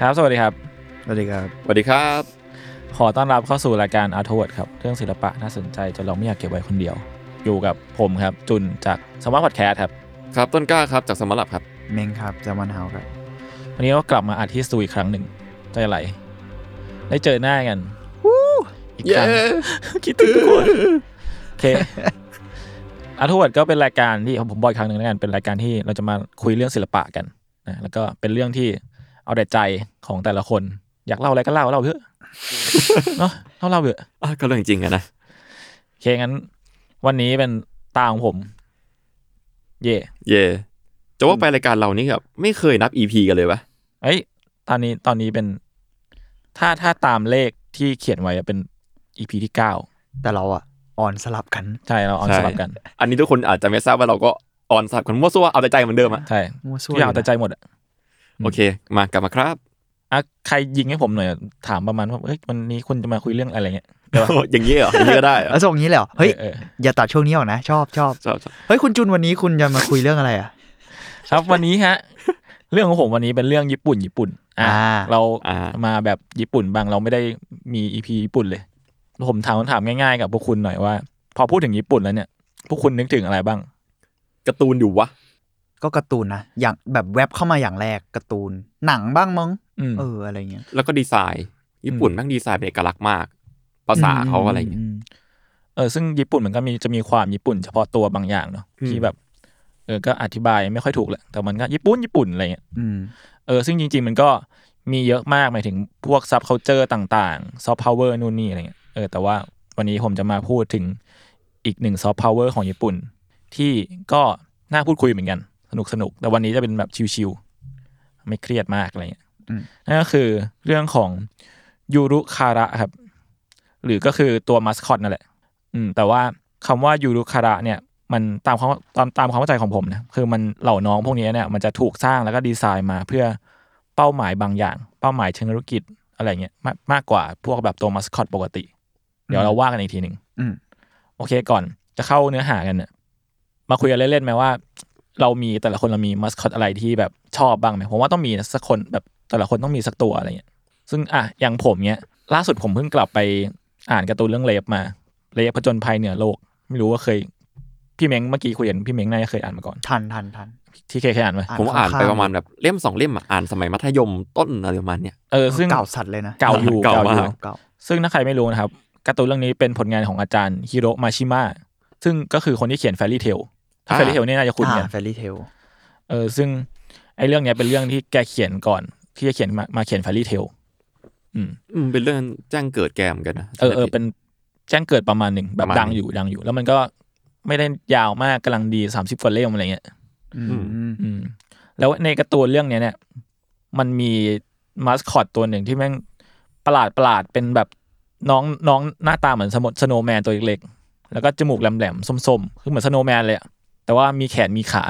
ครับ สวัสดีครับ สวัสดีครับ สวัสดีครับ ขอต้อนรับเข้าสู่รายการอาร์ทเวิร์ดครับ เรื่องศิลปะน่าสนใจจนเราไม่อยากเก็บไว้คนเดียว อยู่กับผมครับ จุนจากสมาร์ทพอดแคสต์ครับ ครับต้นกล้าครับจากสมาร์ทลับครับ เมงครับจากวันเฮาครับ วันนี้ก็กลับมาอัดที่สตูอีกครั้งหนึ่งใจไหลได้เจอหน้ากันอีกครั้ง คิดถึงทุกคนโอเค อาร์ทเวิร์ดก็เป็นรายการที่ผมบอกอีกครั้งหนึ่งแล้วกันเป็นรายการที่เราจะมาคุยเรื่องศิลปะกันนะแล้วก็เป็นเรื่องที่เอาแต่ใจของแต่ละคน อยากเล่าอะไรก็เล่าเล่าเถอะ เนาะเล่าเล่าเถอะ อ่ะก็เรื่องจริงอะนะ โอเคงั้น วันนี้เป็นตาของผม เย่ เย่จะว่าไปรายการเรานี่แบบไม่เคยนับ EP กันเลยปะ เอ้ย ตอนนี้ตอนนี้เป็น ถ้าถ้าตามเลขที่เขียนไว้อะเป็นอีพีที่เก้า แต่เราอ่ะ ออนสลับกัน ใช่เราออนสลับกัน อันนี้ทุกคนอาจจะไม่ทราบว่าเราก็ออนสับกันมั่วซั่วเอาแต่ใจเหมือนเดิมอะ ใช่ มั่วทุซั่ว กอย่าง เลยนะ แต่ใจหมดอะ โอเค มากลับมาครับ อ่ะใครยิงให้ผมหน่อยถามประมาณว่าเฮ้ยวันนี้คุณจะมาคุยเรื่องอะไรเงี้ย อย่างนี้เหรออย่างนี้ก็ได้ เหรอ แล้วส่งนี้เลยเหรอ เฮ้ย เออเออ อย่าตัดช่วงนี้ออกนะ ชอบชอบ ชอบชอบ เฮ้ย คุณจุนวันนี้คุณจะมาคุยเรื่องอะไรอ่ะ ครับวันนี้ฮะ เรื่องของผมวันนี้เป็นเรื่องญี่ปุ่นญี่ปุ่น อ่ะ อ่า เรา อ่า มาแบบญี่ปุ่นบางเราไม่ได้มีอีพีญี่ปุ่นเลย ผมถามคำถามง่ายๆกับพวกคุณหน่อยว่า พอพูดถึงญี่ปุ่นแล้วเนี่ยพวกคุณนึกถึงอะไรบ้าง การ์ตูนอยู่วะ ก็การ์ตูนนะ อย่างแบบแว็บเข้ามาอย่างแรกการ์ตูน หนังบ้างมั้ง อืม เออ อะไรเงี้ย แล้วก็ดีไซน์ ญี่ปุ่นแม่งดีไซน์เป็นเอกลักษณ์มาก ภาษาเขาอะไรอย่างเงี้ย ม เออซึ่งญี่ปุ่นมันก็มีจะมีความญี่ปุ่นเฉพาะตัวบางอย่างเนาะ อืม ที่แบบเออก็อธิบายไม่ค่อยถูกแหละแต่มันก็ญี่ปุ่นญี่ปุ่นอะไรเงี้ย อืม เออซึ่งจริง ๆ มันก็มีเยอะมากหมายถึงพวกซับเคาเจอร์ต่างๆซอฟต์พาวเวอร์นู่นนี่อะไรเงี้ยเออแต่ว่าวันนี้ผมจะมาพูดถึงอีกหนึ่งซอฟต์พาวเวอร์ของญี่ปุ่น ที่ก็น่าพูดคุยเหมือนกัน สนุกสนุกแต่วันนี้จะเป็นแบบชิลๆไม่เครียดมากอะไรเงี้ย อืม นั่นก็คือเรื่องของยูรุคาระครับ หรือก็คือตัวมัสคอตนั่นแหละ อืมแต่ว่าคำว่ายูรุคาระเนี่ยมันตามความตามตามความเข้าใจของผมนะคือมันเหล่าน้องพวกนี้เนี่ยมันจะถูกสร้างแล้วก็ดีไซน์มาเพื่อเป้าหมายบางอย่าง เป้าหมายเชิงธุรกิจอะไรเงี้ยมากมากกว่าพวกแบบตัวมัสคอตปกติ เดี๋ยวเราว่ากันอีกทีหนึ่ง อืม โอเคก่อนจะเข้าเนื้อหากันเนี่ยมาคุยกันเล่นๆไหมว่า เรามีแต่ละคนเรามีมัสคอตอะไรที่แบบชอบบ้างไหมผมว่าต้องมีสักคนแบบแต่ละคนต้องมีสักตัวอะไรเงี้ย ซึ่งอ่ะอย่างผมเนี้ย ล่าสุดผมเพิ่งกลับไปอ่านการ์ตูนเรื่องเลฟมา เลฟผจญภัยเหนือโลก ไม่รู้ว่าเคย พี่เม้งเมื่อกี้คุยกันพี่เม้งน่าจะเคยอ่านมาก่อน ทันทันทัน ที่เคยเคยอ่านไหม อ่าน ผมว่าอ่าน ข้างๆ ไปประมาณแบบเล่มสองเล่มอะอ่านสมัยมัธยมต้นอะไรประมาณเนี้ย เออซึ่ง เก่าสัตว์เลยนะ เก่าอยู่ เก่า อยู่ มาก เก่า ซึ่งถ้าใครไม่รู้นะครับการ์ตูนเรื่องนี้เป็นผลงานของอาจารย์ฮิโรมาชิมะซึ่งก็คือคนที่เขียนแฟรี่เทลถ้า อ่า แฟรี่เทลเนี่ยน่าจะคุ้นกัน แฟรี่เทล เออซึ่งไอ้เรื่องเนี้ยเป็นเรื่องที่แกเขียนก่อนที่จะเขียนมามาเขียนแฟรี่เทลอืม อืมเป็นเรื่องแจ้งเกิดแกมอนกันนะ เออเออเป็นแจ้งเกิดประมาณหนึ่งแบ ป บ ระมาณ ดัง หนึ่ง อยู่ดังอยู่ แล้วมันก็ไม่ได้ยาวมากกำลังดีสามสิบกว่าเล่มอะไรเงี้ย อืม อืมแล้วในการ์ตูนเรื่องเนี้ยเนี่ยมันมีมาสคอตตัวหนึ่งที่แม่งประหลาดประหลาดเป็นแบบน้องน้องหน้าตาเหมือนสมดสโนว์แมนตัวเล็กๆแล้วก็จมูกแหลมๆส้มๆคือเหมือนสโนว์แมนเลยอะแต่ว่ามีแขนมีขา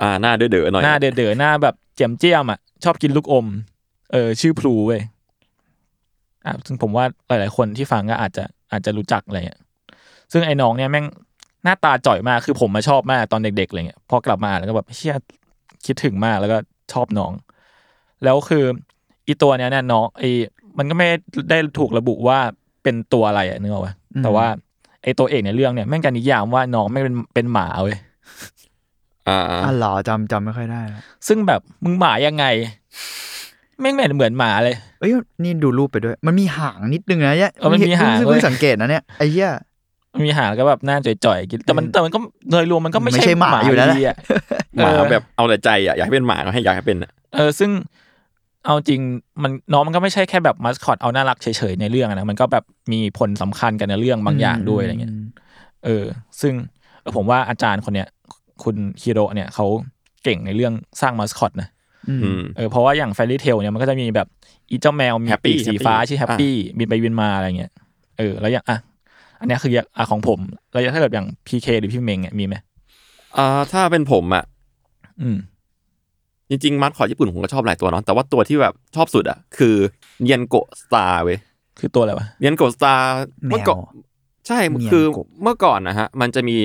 อ่าหน้าเด๋อๆหน่อย หน้าเด๋อๆหน้าแบบเจียมเจียมๆอ่ะ ชอบกินลูกอม เออ ชื่อพลูเว้ยอ่ะซึ่งผมว่าหลายๆคนที่ฟังก็อาจจะอาจจะรู้จักอะไรเงี้ยซึ่งไอ้น้องเนี่ยแม่งหน้าตาจ่อยมากคือผมมาชอบมากตอนเด็กๆอะไรเงี้ยพอกลับมาแล้วก็แบบเชี่ยคิดถึงมากแล้วก็ชอบน้อง แล้วคืออีตัวเนี้ยเนี่ยน้องไอ้ มันก็ไม่ได้ถูกระบุว่าเป็นตัวอะไรอะนึกออกปะ อืม แต่ว่าไอตัวเอกในเรื่องเนี่ยแม่งการนิยามว่าน้องไม่งเป็นเป็นหมาเว้ย อ่า อ๋อเหรอจำจำไม่ค่อยได้ละ ซึ่งแบบมึงหมายังไงแม่งไม่เหมือนหมาเลย เอ้ยนี่ดูรูปไปด้วย มันมีหางนิดนึงนะเนี่ย เออมันมีหาง ซึ่ง เว้ เพิ่ ย งสังเกตนะเนี่ยไอ้เหี้ย มีหางก็แบบหน้าจ่อยๆกินแต่มันแต่มันก็โดยรวมมันก็ไม่ ไม่ใช่หมาอยู่แล้วนะ ดีะ หมาแบบเอาแต่ใจอ่ะอยากให้เป็นหมาก็ให้อยากให้เป็นอะ เออซึ่งเอาจริงมันน้องมันก็ไม่ใช่แค่แบบมัสคอตเอาน่ารักเฉยๆในเรื่องอะนะมันก็แบบมีผลสำคัญกันในเรื่องบางอย่างด้วยอะไรเงี้ยเออ ซึ่งเออผมว่าอาจารย์คนเนี้ยคุณฮิโร่เนี่ยเขาเก่งในเรื่องสร้างมัสคอตนะ อืม อืม เออเพราะว่าอย่างแฟรี่เทลเนี่ยมันก็จะมีแบบอีเจ้าแมวมี Happy ปีกสีฟ้า Happy ชื่อแฮปปี้บินไปบินมาอะไรเงี้ยเออแล้วอย่างอ่ะอันเนี้ยคืออย่างอ่ะของผมแล้วถ้าเกิดอย่างพีเคหรือพี่เมงเนี่ยมีไหม อ่าถ้าเป็นผมอ่ะ อืม จริงๆมัดขอญี่ปุ่นผมก็ชอบหลายตัวเนาะแต่ว่าตัวที่แบบชอบสุดอ่ะ คือเยนโกะสตาร์เว้ย คือตัวอะไรวะ เยนโกะสตาร์ แม เมื่อก่อ ว นใช่ เมียนโกะ คือเมื่อก่อนนะฮะ มันจะมี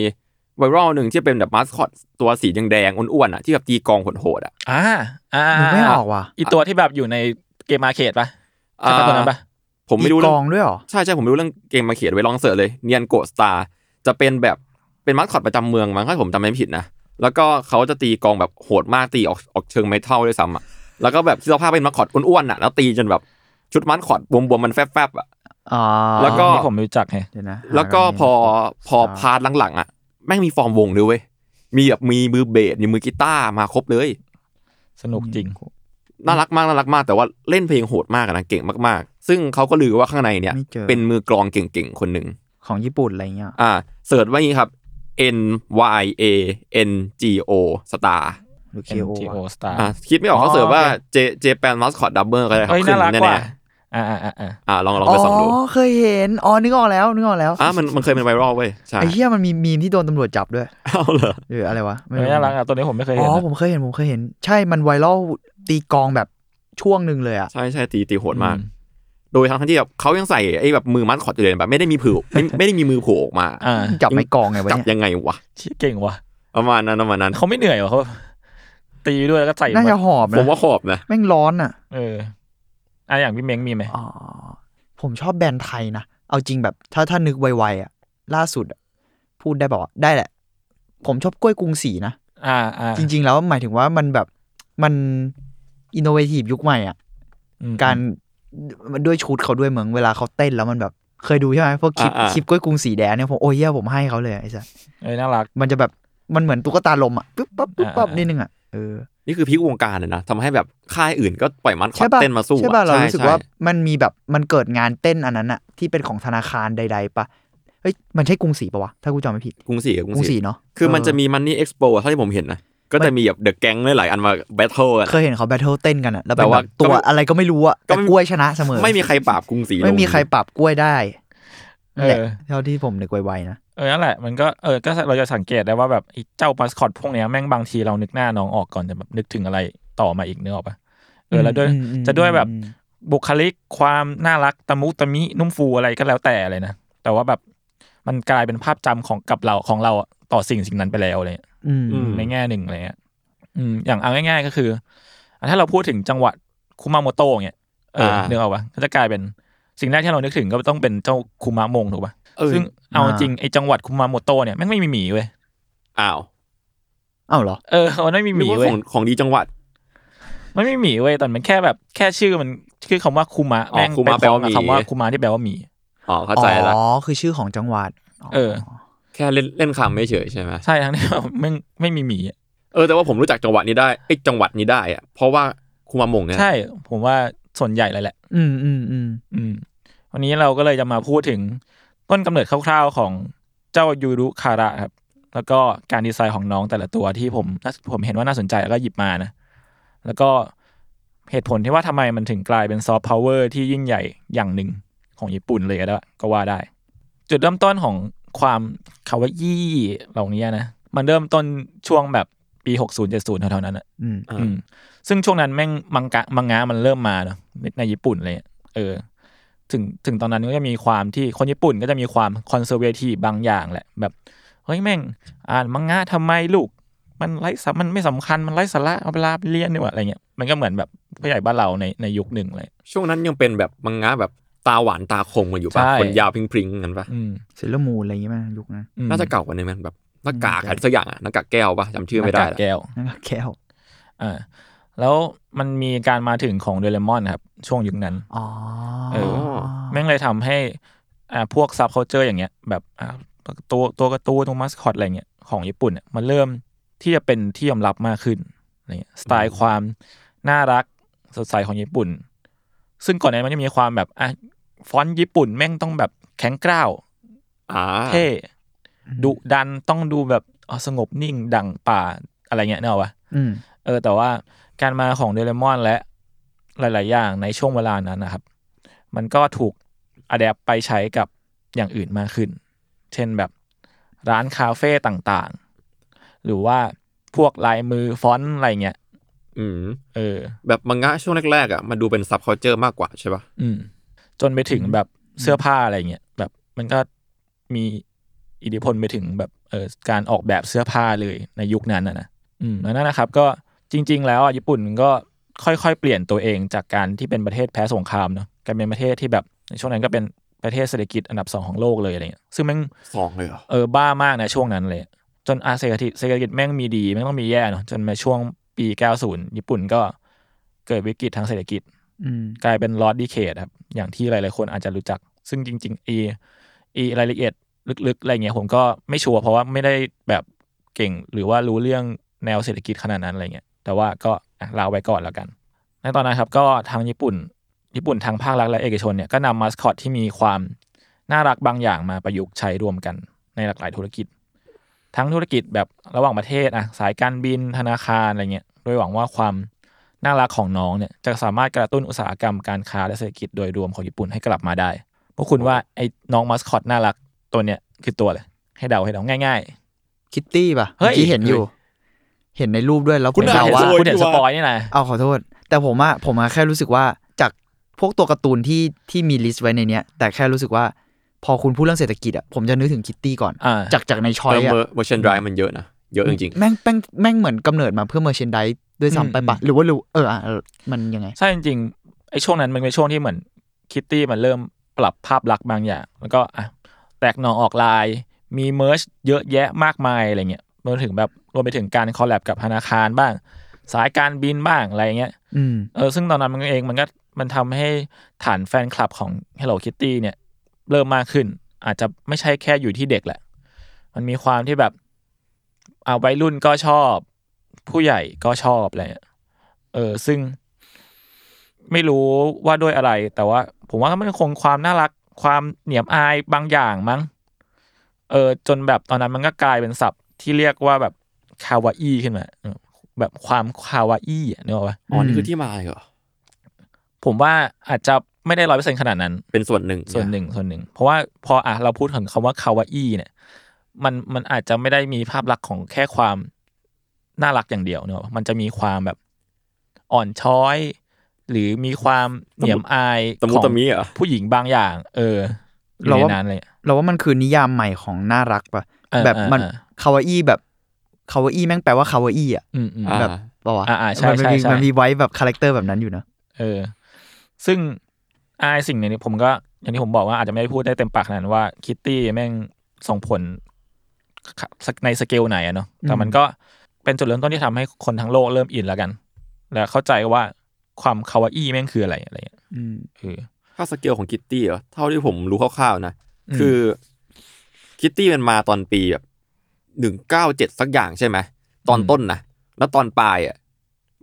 ไวรัลหนึ่งที่เป็นแบบมัสคอตตัวสีแดงๆอ้วนๆอ่ะที่แบบตีกลองโหดๆอ่ะ อ่าอ่า นึกไม่ออกว่ะ อีตัวที่แบบอยู่ในเกมมาเขตปะ ใช่ปะตัวนั้นปะ ผมไม่รู้ อีก เรื่ อ อง งด้วยเหรอ ใช่ใช่ผมไม่รู้เรื่องเกมมาเขียนไว้ลองเสิร์ชเลยเยนโกะสตาร์จะเป็นแบบเป็นมัสคอตประจำเมืองมั้งถ้าผมจำไม่ผิดนะแล้วก็เขาจะตีกลองแบบโหดมากตีออกออกเชิงไมทัลด้วยซ้ำอ่ะแล้วก็แบบที่เราภาพเป็นมัสคอตอ้วนๆอ่ะแล้วตีจนแบบชุดมัสคอตบวมๆมันแฟบๆอ่ะ อ๋อ แล้วก็ อันนี้ผมไม่รู้จักไง เดี๋ยนะหา แล้วก็ นนี่ พอพอพาร์ทหลังๆอ่ะแม่งมีฟอร์มวงด้วยเว้ยมีแบบมีมือเบสมีมือกีตาร์มาครบเลย สนุกจริง น่ารักมากน่ารักมากแต่ว่าเล่นเพลงโหดมากอะนะเก่งมากๆ ซึ่งเขาก็ลือว่าข้างในเนี่ย ไม่เจอ เป็นมือกลองเก่งๆ คนหนึ่ง ของญี่ปุ่นอะไรเงี้ย อ่าเสิร์ชว่านี้ครับ N Y A N G O Star หรือ NGO KO โอ อะ สตาร์ อ่าคิดไม่ออกเขาเสิร์ชว่า J J Japan Mascot Double ก็ได้ครับ เฮ้ย ขึ้ น่ารักว่ะ แน่ อ่าอ่าอ่าอ่า ๆอ่าลองลองไปส่องดู อ๋อเคยเห็น อ๋อ นึกออกแล้ว นึกออกแล้ว อ่ามันมันเคยเป็นไวรัลเว้ยใช่ ไอ้เหี้ยมันมีมีมที่โดนตำรวจจับด้วย เอาเหรอ หรืออะไรวะ เฮ้ยน่ารักอ่ะตัวนี้ผมไม่เคย อ๋ เห็น อ นะ ผมเคยเห็น ผมเคยเห็น ใช่ มันไวรัลตีกลองแบบช่วงหนึ่งเลยอะ ใช่ใช่ตีตีโหดมาก โดยทั้งที่แบบเขายังใส่ไอ้แบบมือมัดขอดอยู่เลยแบบไม่ได้มีผือไม่ไม่ได้มีมือโผล่ออกมา อ่า จับไม้กลองไงวะ จับ เนี่ย ยังไงวะ เชี่ยเก่งว่ะ ประมาณนั้นประมาณนั้น เขาไม่เหนื่อยเหรอเขาแบบตีด้วยแล้วก็ใส่ น่าจะ มา หอบ ผ นะ มว่าขอบนะ แม่งร้อนอะ เอออ่ะอย่างพี่เม้งมีไหม อ๋อ ผมชอบแบรนด์ไทยนะ เอาจริงแบบถ้าถ้านึกไวๆอะล่าสุดอะพูดได้บอกได้แหละ ผมชอบกล้วยกรุงศรีนะ อ่าอ่า จริง ๆ แล้วหมายถึงว่ามันแบบมันอินโนเวทีฟยุคใหม่อ่ะ อืม การมันด้วยชุดเขาด้วยเหมือนเวลาเขาเต้นแล้วมันแบบเคยดูใช่ไหมพวกคลิป าๆ คลิปกล้วยกรุงสีแดงเนี่ยผมโอ้ยเหี้ยผมให้เขาเลยอะไอ้สัส เอ้ยน่ารัก มันจะแบบมันเหมือนตุ๊กตาลมอ่ะปึ๊บปั๊บปึ๊บปั๊บ อ่าๆ นิดนึงอ่ะเออ นี่คือพลิกวงการเลยนะทำให้แบบค่ายอื่นก็ปล่อยมัดขอ ใช่ ด ป่ะ เต้นมาสู้ ใช่ป่ะเรารู้สึกว่า ใช่ มันมีแบบมันเกิดงานเต้นอันนั้นอ่ะที่เป็นของธนาคารใด ๆป่ะเฮ้ยมันใช่กรุงศรีป่ะวะถ้ากูจำไม่ผิด กรุงศรีก กรุ รุ ง งศศรี รี เนาะ คือมันจะ เ มีมันนี่เอ็กซ์โปเท่าที่ผมเห็นนะก็จะมีแบบเดอะแก๊งหลายๆอันมาแบทเทิลกัน เคยเห็นเขาแบทเทิลเต้นกันอ่ะแล้ว แต่ เป็นแบ ว่า บตัวอะไรก็ไม่รู้อ่ะ ก็ แต่ ไม่ กล้วยชนะเสมอ ไม่มีใครปราบกรุงศรี ไม่มี ลง ใครปรับกล้วยได้ เอ แหละ อ เท่าที่ผมนึกไวๆนะ เออนั่นแหละมันก็เออก็เราจะสังเกตได้ว่าแบบไอ้เจ้ามัสคอตพวกเนี้ยแม่งบางทีเรานึกหน้าน้องออกก่อนแต่แบบนึกถึงอะไรต่อมาอีกเนื้อออกปะเออแล้วด้วย อืมอืม จะด้วยแบบ อืม บุคลิกความน่ารักตะมุตะมินุ่มฟูอะไรก็แล้วแต่เลยนะ แต่ว่าแบบมันกลายเป็นภาพจำของกับเราของเราอะต่อสิ่งสิ่งนั้นไปแล้วอะไรเลย อืม ในแง่หนึ่งอะไรเงี้ยอืมอย่างเอาง่าย ๆ ก็คืออ่ะถ้าเราพูดถึงจังหวัดคุมาโมโตะเนี่ยเอออา เนื้อออกปะก็จะกลายเป็นสิ่งแรกที่เรานึกถึงก็ต้องเป็นเจ้าคุมะมงถูกปะ เออ ซึ่งเอาจริงไอ้จังหวัดคุมาโมโตะเนี่ยแม่งไม่มีหมีเว้ย อ้าว อ้าวเหรอ เออมันไม่มีห นึก มี ว่า เว้ ข ย องของดีจังหวัด มันไม่มีหมีเว้ยแต่มันแค่แบบแค่ชื่อมันชื่อคำว่าคุมะ อ๋อ แม่ง คุ ไป มะ พร้อมกับ แปลว่าคำหมีว่าคุมะที่แปลว่าหมี อ๋อเข้าใจละ อ๋อ คือชื่อของจังหวัด เออ แค่เล่นเล่นคำไม่เฉยใช่ไหม ใช่ทั้งที่แบบไม่ไม่มีหมีอะ เออแต่ว่าผมรู้จักจังหวัดนี้ได้ไอ้ยจังหวัดนี้ได้อะเพราะว่าคุมามงเนี่ย ใช่ผมว่าส่วนใหญ่เลยแหละ อืมอืมอืม อืม วันนี้เราก็เลยจะมาพูดถึงต้นกำเนิดคร่าวๆของเจ้ายูรุคาระครับ แล้วก็การดีไซน์ของน้องแต่ละตัวที่ผมน่าผมเห็นว่าน่าสนใจแล้วก็หยิบมานะ แล้วก็เหตุผลที่ว่าทำไมมันถึงกลายเป็นซอฟต์พาวเวอร์ที่ยิ่งใหญ่อย่างหนึ่งของญี่ปุ่นเลยก็ได้ก็ว่าได้ จุดเริ่มต้นของความคาวาอี้เหล่านี้นะ มันเริ่มต้นช่วงแบบปี 60-70เท่าๆนั้นอะ อืม อืมซึ่งช่วงนั้นแม่งมังกะมังงะมันเริ่มมาเนอะในในญี่ปุ่นเลยอะเออ ถึงถึงตอนนั้นก็จะมีความที่คนญี่ปุ่นก็จะมีความคอนเซอร์เวทีบางอย่างแหละ แบบ เฮ้ยแม่ง อ่านมังงะทำไมลูก มันไร้สามันไม่สำคัญมันไร้สาระเอาเวลาไปเรียนดีกว่าอะไรเงี้ยมันก็เหมือนแบบผู้ใหญ่บ้านเราในในยุคหนึ่งเลย ช่วงนั้นยังเป็นแบบมังงะแบบตาหวานตาคมกันอยู่ป่ะ ใช่ คนยาวพริ้งๆกันป่ะ อืม เซเลอร์มูนอะไรอย่างงี้ไหมยุคนั้น อืม น่าจะเก่ากว่านี้มั้ยแบบหน้ากากอะไรสักอย่างอะหน้ากากแก้วป่ะจำชื่อไม่ได้ หน้ากาก ละ แก้ว นั่นก็แก้ว อ่าแล้วมันมีการมาถึงของเดเรมอนนะครับ ช่วงยุคนั้น อ๋อ เออ แม่งเลยทำให้อ่าพวกซับเคาเจอร์อย่างเงี้ยแบบอ่าตัวตัวการ์ตูนตัวมัสคอตอะไรเงี้ยของญี่ปุ่นเนี่ยมันเริ่มที่จะเป็นที่ยอมรับมากขึ้นอะไรเงี้ยสไตล์ความน่ารักสดใสของญี่ปุ่น ซึ่งก่อนหนานี้มันจะมีความแบบอ่ะฟอนต์ญี่ปุ่นแม่งต้องแบบแข็งกร้าว อ่า เท่ดุดันต้องดูแบบอ๋อสงบนิ่งดั่งป่าอะไรเงี้ยเนกอะวะ อืม เออแต่ว่าการมาของเดเรมอนและหลาย ๆ อย่างในช่วงเวลานั้นนะครับ มันก็ถูกอะแดปไปใช้กับอย่างอื่นมากขึ้น เช่นแบบร้านคาเฟ่ต่างๆ หรือว่าพวกลายมือฟอนต์อะไรเงี้ย อืม เออ แบบมังงะช่วงแรกๆอ่ะมันดูเป็นซับคอเจอร์มากกว่าใช่ป่ะ อืม จนไปถึงแบบเสื้อผ้าอะไรเงี้ยแบบมันก็มีอิทธิพลไปถึงแบบเออการออกแบบเสื้อผ้าเลยในยุคนั้นนะนะอืมแล้วนั่นนะครับ ก็จริง ๆ แล้วอ่ะญี่ปุ่นก็ค่อยๆ เปลี่ยนตัวเองจากการที่เป็นประเทศแพ้สงครามเนาะกลายเป็นประเทศที่แบบในช่วงนั้นก็เป็นประเทศเศรษฐกิจอันดับสองของโลกเลยอะไรเงี้ยซึ่งแม่ง สองเลยเหรอ เออบ้ามากนะช่วงนั้นเลย จนอาเศรษฐกิจเศรษฐกิจแม่งมีดีแม่งต้องมีแย่เนาะจนมาช่วงปี 90 ญี่ปุ่นก็เกิดวิกฤตทางเศรษฐกิจ อืม กลายเป็นลอ d ดีเคทครับ อย่างที่หลาย ๆ คนอาจจะรู้จัก ซึ่งจริงๆเอเอรายละเอียดลึก ๆ อะไรเงี้ยผมก็ไม่ชัวร์เพราะว่าไม่ได้แบบเก่งหรือว่ารู้เรื่องแนวเศรษฐกิจขนาดนั้นอะไรเงี้ยแต่ว่าก็อ่ะลาไว้ก่อนแล้วกัน ในตอนนั้นครับก็ทางญี่ปุ่น ญี่ปุ่นทางภาครัฐและเอกชนเนี่ยก็นำมาสคอตที่มีความน่ารักบางอย่างมาประยุกต์ใช้ร่วมกันในหลากหลายธุรกิจ ทั้งธุรกิจแบบระหว่างประเทศอ่ะสายการบินธนาคารอะไรเงี้ยโดยหวังว่าความน่ารักของน้องเนี่ยจะสามารถกระตุ้นอุตสาหกรรมการค้าและเศรษฐกิจโดยรวมของญี่ปุ่นให้กลับมาได้พวกคุณว่าไอ้น้องมัสคอตน่ารักตัวเนี่ยคือตัวเลย ให้เดาให้เดาง่าย คิตตี้ป่ะ เฮ้ เมื่ ย อกี้เห็นอยู่ เห็นในรูปด้วยแล้ว ๆ ผมเดา เห็น ว่า คุณเห็นสปอยนี่นะ เอาขอโทษ แต่ผมอะผมอะแค่รู้สึกว่าจากพวกตัวการ์ตูนที่ที่มีลิสต์ไว้ในเนี้ย แต่แค่รู้สึกว่าพอคุณพูดเรื่องเศรษฐกิจอะผมจะนึกถึงคิตตี้ก่อน อ่า จากจากในชอย เออ อะ เมอร์เมอร์ชันดรายมันเยอะนะเยอะจริง แม่งแม่งแม่งเหมือนกำเนิดมาเพื่อเมอร์เชนไดด้วยซ้ำไปปะหรือว่าหรือเอออะเออมันยังไง ใช่จริงๆไอ้ช่วงนั้นมันเป็นช่วงที่เหมือนคิตตี้มันเริ่มปรับภาพลักษณ์บางอย่าง แล้วก็อ่ะแตกหน่อออกลายมีเมอร์ชเยอะแยะมากมายอะไรเงี้ยรวมถึงแบบรวมไปถึงการคอลแลบกับธนาคารบ้าง สายการบินบ้างอะไรเงี้ย อืม เออซึ่งตอนนั้นมันเองมันก็มันทำให้ฐานแฟนคลับของ Hello Kitty เนี่ย เริ่มมากขึ้น อาจจะไม่ใช่แค่อยู่ที่เด็กแหละ มันมีความที่แบบอาวัยรุ่นก็ชอบ ผู้ใหญ่ก็ชอบอะไรเงี้ยเออซึ่ง ไม่รู้ว่าด้วยอะไร แต่ว่า ผมว่ามันคงความน่ารักความเหนียมอายบางอย่างมั้งเออจนแบบตอนนั้นมันก็กลายเป็นศัพท์ที่เรียกว่าแบบคาวาอีขึ้นมาเออแบบความคาวาอีอะนึกออกปะ ๆอ๋อนี่คือที่มาเหรอ ผมว่าอาจจะไม่ได้ร้อยเปอร์เซ็นขนาดนั้น เป็นส่วนหนึ่ง ส่วนหนึ่งส่วนหนึ่ง เพราะว่าพออ่ะเราพูดถึงคำว่าคาวาอี้เนี่ยมันมันอาจจะไม่ได้มีภาพลักษณ์ของแค่ความน่ารักอย่างเดียวเนอะมันจะมีความแบบอ่อนช้อย หรือมีความเหนียมอาย ตะมุ ของ ตะมิเหรอ่ะ ผู้หญิงบางอย่าง เอออยู่ เรา ใน ว่า นั้นเลย เราว่ามันคือนิยามใหม่ของน่ารักปะ เออ แบบ เออ มัน เออ คาวาอี้แบบคาวาอี้แม่งแปลว่าคาวาอี้อะ อืมอืม อ่า แบบ ปะวะ อ่าอ่าใช่ มันมี ใช่ใช่ มันมีไว้แบบคาแรคเตอร์แบบนั้นอยู่นะ เออ ซึ่งไอสิ่งหนึ่งนี้ผมก็อย่างที่ผมบอกว่าอาจจะไม่ได้พูดได้เต็มปากขนาดนั้นว่าคิตตี้แม่งส่งผลในสเกลไหนอะเนาะแต่มันก็เป็นจุดเริ่มต้นที่ทำให้คนทั้งโลกเริ่มอินแล้วกัน แล้วเข้าใจว่าความคาวาอี้แม่งคืออะไรอะไรอย่างเงี้ย อืม เออ ถ้าสเกลของคิตตี้เหรอเท่าที่ผมรู้คร่าวๆนะ อืม คือคิตตี้มันมาตอนปีแบบหนึ่งเก้าเจ็ดสักอย่างใช่ไหม ตอนต้นนะแล้วตอนปลายอ่ะ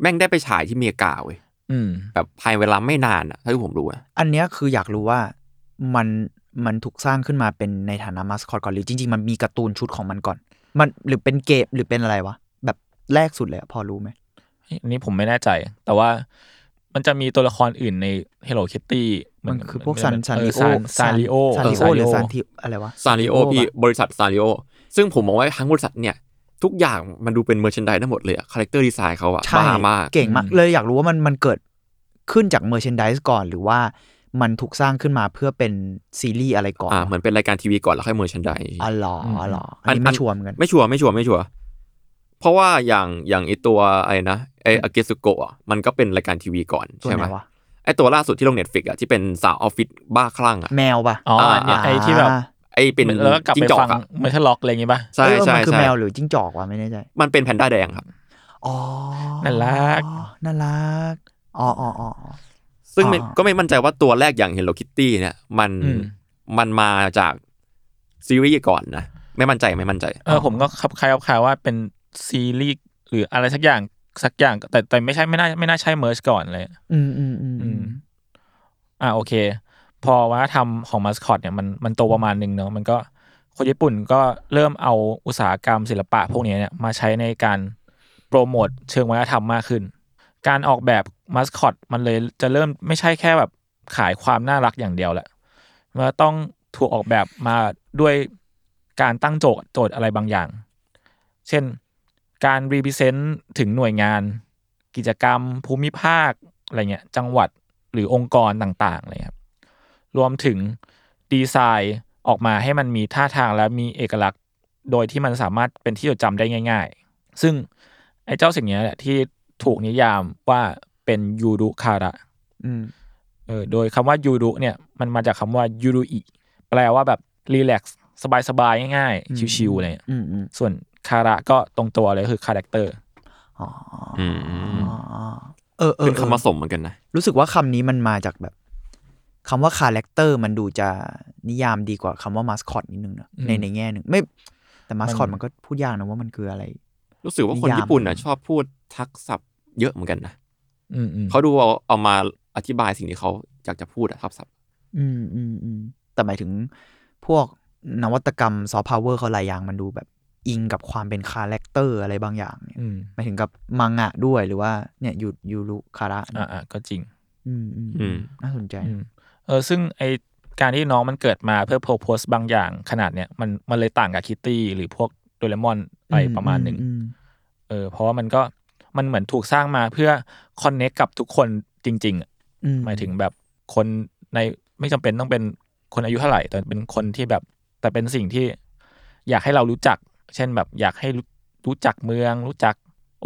แม่งได้ไปฉายที่อเมริกาเว้ย อืม แบบภายเวลาไม่นานอ่ะเท่าที่ผมรู้นะ อันเนี้ยคืออยากรู้ว่ามันมันถูกสร้างขึ้นมาเป็นในฐานะมาสคอตก่อนหรือจริง ๆ มันมีการ์ตูนชุดของมันก่อน มันหรือเป็นเกมหรือเป็นอะไรวะ แบบแรกสุดเลยอะพอรู้ไหม อันนี้ผมไม่แน่ใจ แต่ว่ามันจะมีตัวละครอื่นใน Hello Kitty เห มัน น คือพวกซันซัน เอ ลิ อ โอ ซานลิโอ ซานลิโอหรือซานทิอะไรวะ ซาริโอพี่ ปะ บริษัทซาริโอซึ่งผมมองว่าทั้งบริษัทเนี่ย ทุกอย่างมันดูเป็นเมอร์ชนดายทั้งหมดเลยคาแรคเตอร์ดีไซน์เขาอะ ใช่ บ้ามาก เก่งมาก เลยอยากรู้ว่ามันมันเกิดขึ้นจากเมอร์เชนดิสก่อน หรือว่ามันถูกสร้างขึ้นมาเพื่อเป็นซีรีส์อะไรก่อน อ่าเหมือนเป็นรายการทีวีก่อนแล้วค่อยเมอร์ชนดาย อ๋อเหรออ๋อเหรออันนี้ อั ไม่ น ชัวร์เหมือนกัน ไม่ชัวร์ไม่ชัวร์ไม่ชัวร์ เพราะว่าอย่างอย่างไอตัวไอ้นะไออากิสุโกะมันก็เป็นรายการทีวีก่อน ตัว ใช่ ไห ไหม นวะ ไอตัวล่าสุดที่ลงเน็ตฟิกอะที่เป็นสาวออฟฟิศบ้าคลั่งอะ แมวปะ อ๋ออันเนี่ย อ่า ไอ้ที่แบบ ไอเป็น แล้วก็กลับ จิ้ ไป งจอ ฟั ก ง อะ ไม่ใช่ล็อกอะไรอย่างงี้ป่ะ ใช่ เออ ใช่ มันคือ ใช่ แมวหรือจิ้งจอกวะไม่แน่ใจ มันเป็นแพนด้าแดงครับ อ๋อ น่ารัก น่ารักอ๋ออ๋ออ๋ออ๋อ ซึ่งไม่ อ่า ก็ไม่มั่นใจว่าตัวแรกอย่าง Hello Kitty เนี่ยมัน อืม มันมาจากซีรีส์ก่อนนะ ไม่มั่นใจไม่มั่นใจ เออผมก็คับคล้ายคับคล้ายว่าเป็นซีรีส์หรืออะไรสักอย่างสักอย่างแต่แต่ไม่ใช่ไม่น่าไม่น่าใช่เมิร์ชก่อนเลย อืมอืมอืม อื อื ม ม อ่าโอเค พอวัฒนธรรมของมัสคอตเนี่ยมันมันโตประมาณหนึ่งเนาะมันก็คนญี่ปุ่นก็เริ่มเอาอุตสาหกรรมศิลปะพวกเนี้ยเนี่ยมาใช้ในการโปรโมทเชิงวัฒนธรรมมากขึ้น การออกแบบมัสคอตมันเลยจะเริ่มไม่ใช่แค่แบบขายความน่ารักอย่างเดียวแหละมันต้องถูกออกแบบมาด้วยการตั้งโจทย์โจทย์อะไรบางอย่าง เช่นการรี r e เซนต์ถึงหน่วยงาน กิจกรรม ภูมิภาคอะไรเงี้ยจังหวัดหรือองค์กรต่างๆอะไรเลยครับรวมถึงดีไซน์ออกมาให้มันมีท่าทางและมีเอกลักษณ์ โดยที่มันสามารถเป็นที่จดจำได้ง่าย ๆ ซึ่งไอ้เจ้าสิ่งเนี้ยแหละที่ถูกนิยามว่าเป็นยูรุคาระ อืม เออโดยคำว่ายูรุเนี่ยมันมาจากคำว่ายูรุอิแปลว่าแบบรีแลกซ์สบายๆง่ายๆชิวๆอะไรเลย อืมอืม ส่วนคาระก็ตรงตัวเลยคือคาแรคเตอร์ อ๋อ อืม อ๋อเออเออ เป็น เออ คำผสมเหมือนกันนะ รู้สึกว่าคำนี้มันมาจากแบบคำว่าคาแรคเตอร์มันดูจะนิยามดีกว่าคำว่ามาสคอตนิดนึงนะ อืม ในในแง่หนึ่งไม่ แต่มาสคอต มัน มันก็พูดยากนะว่ามันคืออะไร รู้สึกว่าคน นิยาม ญี่ปุ่นนะชอบพูดทักศัพท์เยอะเหมือนกันนะ อืมๆ เขาดูเอาเอามาอธิบายสิ่งที่เขาอยากจะพูดอะทับศัพท์ อืมอืมอืมแต่หมายถึงพวกนวัตกรรมซอฟต์พาวเวอร์เขาหลายอย่างมันดูแบบอิงกับความเป็นคาแรคเตอร์อะไรบางอย่างเนี่ย อืม หมายถึงกับมังงะด้วยหรือว่าเนี่ยยูยูรุคาระ อ่าอ่าก็จริง อืมอืม อืม น่าสนใจ อืมเออซึ่งไอการที่น้องมันเกิดมาเพื่อโพโพสบางอย่างขนาดเนี้ยมันมันเลยต่างกับคิตตี้หรือพวกโดเรมอนไปประมาณหนึ่ง อืม เออเพราะว่ามันก็มันเหมือนถูกสร้างมาเพื่อคอนเน c กกับทุกคนจริง ๆอะ อื หมายถึงแบบคนในไม่จำเป็นต้องเป็นคนอายุเท่าไหร่ แต่เป็นคนที่แบบแต่เป็นสิ่งที่อยากให้เรารู้จัก เช่นแบบอยากให้รู้รู้จักเมือง รู้จัก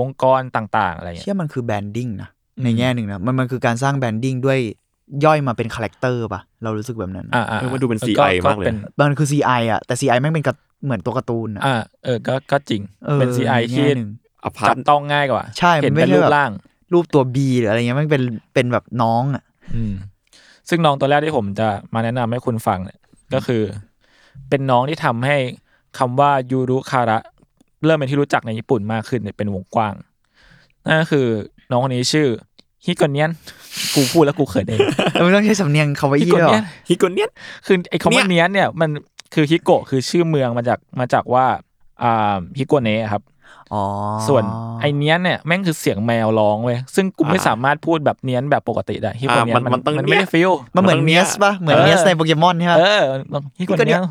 องค์กรต่าง ๆ อะไรอย่างเงี้ย เชื่อมันคือแบรนดิ้งนะ อืม ในแง่หนึ่งนะ มันมันคือการสร้างแบรนดิ้งด้วยย่อยมาเป็นคาแรคเตอร์ป่ะ เรารู้สึกแบบนั้น อ่าอ่า เออว่าดูเป็น CI มากเลย ป็น มันคือ CI อ่ะ แต่ CI แม่งเป็นการ์ตเหมือนตัวการ์ตูนอะ อ่าเออก็ก็จริงเป็น CI ใน ที่ แง่หนึ่ง อพาร์ จั ต บต้องง่ายกว่า ใช่ เห็น มันไม่ เป็นรูใช่แบ ป บ ร่าง รูปตัว B หรืออะไรเงี้ยแม่งเป็นเป็นแบบน้องอ่ะ อืมซึ่งน้องตัวแรกที่ผมจะมาแนะนำให้คุณฟังเนี่ยก็คือ เป็นน้องที่ทำให้คำว่ายูรุคาระ เริ่มเป็นที่รู้จักในญี่ปุ่นมากขึ้นเนี่ยเป็นวงกว้างนั่นก็คือน้องคนนี้ชื่อฮิโกเนียนกูพูดแล้วกูเขิน เอง มันต้องใช้สำเนียงคาไวา ฮิ อี้ โก ด้วยเหร เนีย อน ฮิโกเนียน คือไอ้คำว่า เนี่ย เนี้ยนเนี่ยมันคือฮิโกะคือชื่อเมืองมาจากมาจากว่าอ่าฮิโกเนะครับ อ๋อ ส่วนไอเนี้ยนเนี่ยแม่งคือเสียงแมวร้องเว้ยซึ่งกูไม่สามารถพูดแบบเนี้ยนแบบปกติได้ฮิปโปเนี้ย อ่ามัน นมันต้อง มันไม่ได้ฟิล มันเหมือน มันต้อง เนียสป่ะ เหมือน เออ เนียสในโปเกมอนใช่ป่ะ เออมันฮิปโปเนี้ย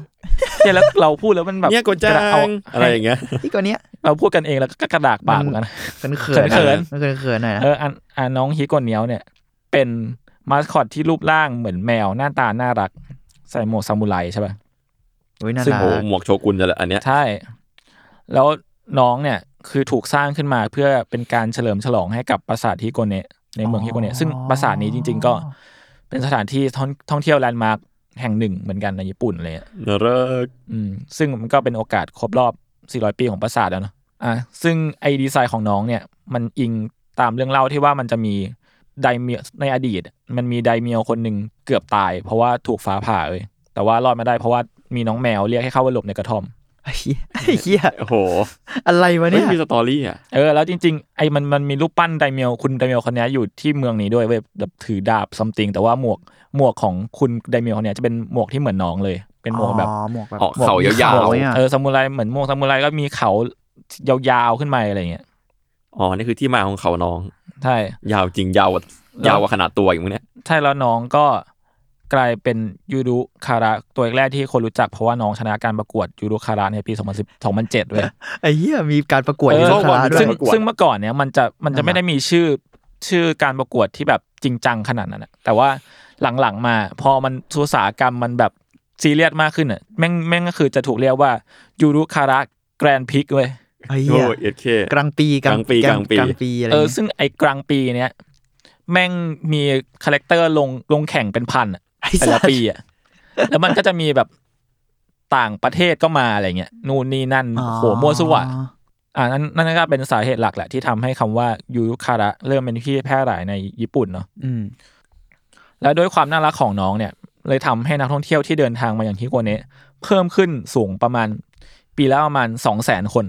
เนี่ยแล้วเราพูดแล้วมันแบบ เนี่ยโกจั ระดาษเอา งอะไรอย่างเงี้ย ที่ตัวเนี้ย เราพูดกันเองแล้วก็กระดากปากเหมือนกัน เขินเขิน เขิน เขินเขินๆหน่อยนะ เอออันอันน้องฮิโกเนี้ยเนี่ย เป็นมาสคอตที่รูปร่างเหมือนแมวหน้าตาน่ารัก ใส่หมวกซามูไรใช่ป่ะ โอ้ยน่า ซึ่ง รั โอ้ ก หมวกโชกุนจะแหละอันเนี้ย ใช่ แล้วน้องเนี่ยคือถูกสร้างขึ้นมาเพื่อเป็นการเฉลิมฉลองให้กับปราสาทฮิโกเนะในเมืองฮิโกเนะซึ่งปราสาทนี้จริง ๆ ก็เป็นสถานที่ท่องท่องเที่ยวแลนด์มาร์คแห่งหนึ่งเหมือนกันในญี่ปุ่นเลยอะ น่ารัก อืมซึ่งมันก็เป็นโอกาสครบรอบ 400 ปีของปราสาทแล้วเนาะอ่ะซึ่งไอดีไซน์ของน้องเนี่ย มันอิงตามเรื่องเล่าที่ว่ามันจะมีไดเมียในอดีต มันมีไดเมียวคนหนึ่งเกือบตาย เพราะว่าถูกฟ้าผ่าเลยแต่ว่ารอดมาได้เพราะว่ามีน้องแมวเรียกให้เข้าไปหลบในกระท่อม ไอ้เหี้ยไอ้เหี้ย โอ้โห อะไรวะ ไม่ เนี่ย มีสตอรี่อ่ะ เออแล้วจริงๆไอ้มันมันมีรูปปั้นไดเมียวคุณไดเมียวคนเนี้ยอยู่ที่เมืองนี้ด้วยเว้ยแบบถือดาบซัมติงแต่ว่าหมวกหมวกของคุณไดเมียวคนเนี้ยจะเป็นหมวกที่เหมือนน้องเลย เป็นหมวกแบบ อ๋อหมวกแบบ ออกเขายาวๆ หมกนี่ เออซามูไรเหมือนหมวกซามูไรก็มีเขายาวๆขึ้นมาอะไรอย่างเงี้ย อ๋อนี่คือที่มาของเขาน้อง ใช่ ยาวจริงยาวกว่ายาวกว่าขนาดตัวอย่างมึงเนี่ย ใช่แล้วน้องก็กลายเป็นยูรุคาระตัวแรกที่คนรู้จักเพราะว่าน้องชนะการประกวดยูรุคาระในปี2010 2007เว้ย ไอ้เหี้ยมีการประกวด เออ ยูโรคาราด้ว ซึ่ ย งซึ่งเมื่อก่อนเนี่ยมันจะมันจะไม่ได้มีชื่อชื่อการประกวดที่แบบจริงจังขนาดนั้นนะแต่ว่าหลังๆมาพอมันอุตสาหกรรมมันแบบซีเรียสมากขึ้นอ่ะแม่งแม่งก็คือจะถูกเรียกว่ายูรุคาระแกรนพิกเว้ย ไอ้เหี้ โอ้ ย เอ็ดเค กลางปี กลางปี ก ก ลา ลาง งปี กลางปีอะไร เออ เงี้ย ซึ่งไอ้กลางปีเนี้ยแม่งมีคาแรคเตอร์ลงลงแข่งเป็นพันอะ ไอ้ แต่ สั ละ ส ปีอ่ะแล้วมันก็จะมีแบบต่างประเทศก็มาอะไรเงี้ยนู่นนี่นั่น อ๋อ โหมั่วซั่วอ่านั่นนั่นก็เป็นสาเหตุหลักแหละที่ทำให้คำว่ายูยุคาระเริ่มเป็นที่แพร่หลายในญี่ปุ่นเนาะ อืม และด้วยความน่ารักของน้องเนี่ย เลยทำให้นักท่องเที่ยวที่เดินทางมาอย่างฮิโกเนะเพิ่มขึ้นสูงประมาณ ปีละประมาณสองแสนคน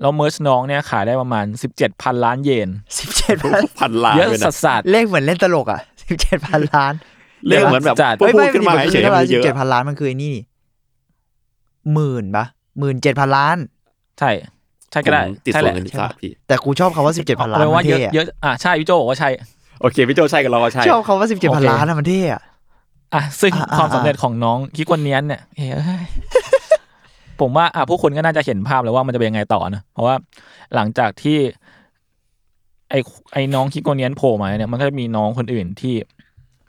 แล้วเมอร์ชน้องเนี่ยขายได้ประมาณสิบเจ็ดพันล้านเยน สิบเจ็ดพัน พันล้าน เยอะ เลย สั นะ สสัส เลขเหมือนเล่นตลกอ่ะสิบเจ็ดพันล้าน เรียกเหมือนแบบ จัด พูดพูดขึ้นมาเฉยๆมัน สิ เย บเจ็ด อะ พันล้านมันคือไอ้นี่นี่หมื่นปะหมื่นเจ็ดพันล้าน ใช่ใช่ก็ได้ ผมติด ใช่ ส่ แห ว ละ นเงินศาสตร์พี่ แต่กูชอบคำว่าสิบเจ็ดพันล้า แป น ล มั ว่านเยอะ เท่ เย อะ อะอ่ะใช่พี่โจบอกว่าใช่ โอเคพี่โจใช่กับเราก็ใช่ ชอบคำว่าสิบเจ็ด โอ พัน เค ล้านอะมันเท่อะ อ่ะซึ่ง อ่ะอ่ะ ความสำเร็จของน้องคิกวนเนี้ยนเนี่ยเอ้ยผมว่าอ่ะผู้คนก็น่าจะเห็นภาพแล้วว่ามันจะเป็นยังไงต่อนะเพราะว่าหลังจากที่ ไอ้ไอ้น้องคิกวนเนี้ยนโผล่มาเนี่ยมันก็จะมีน้องคนอื่นที่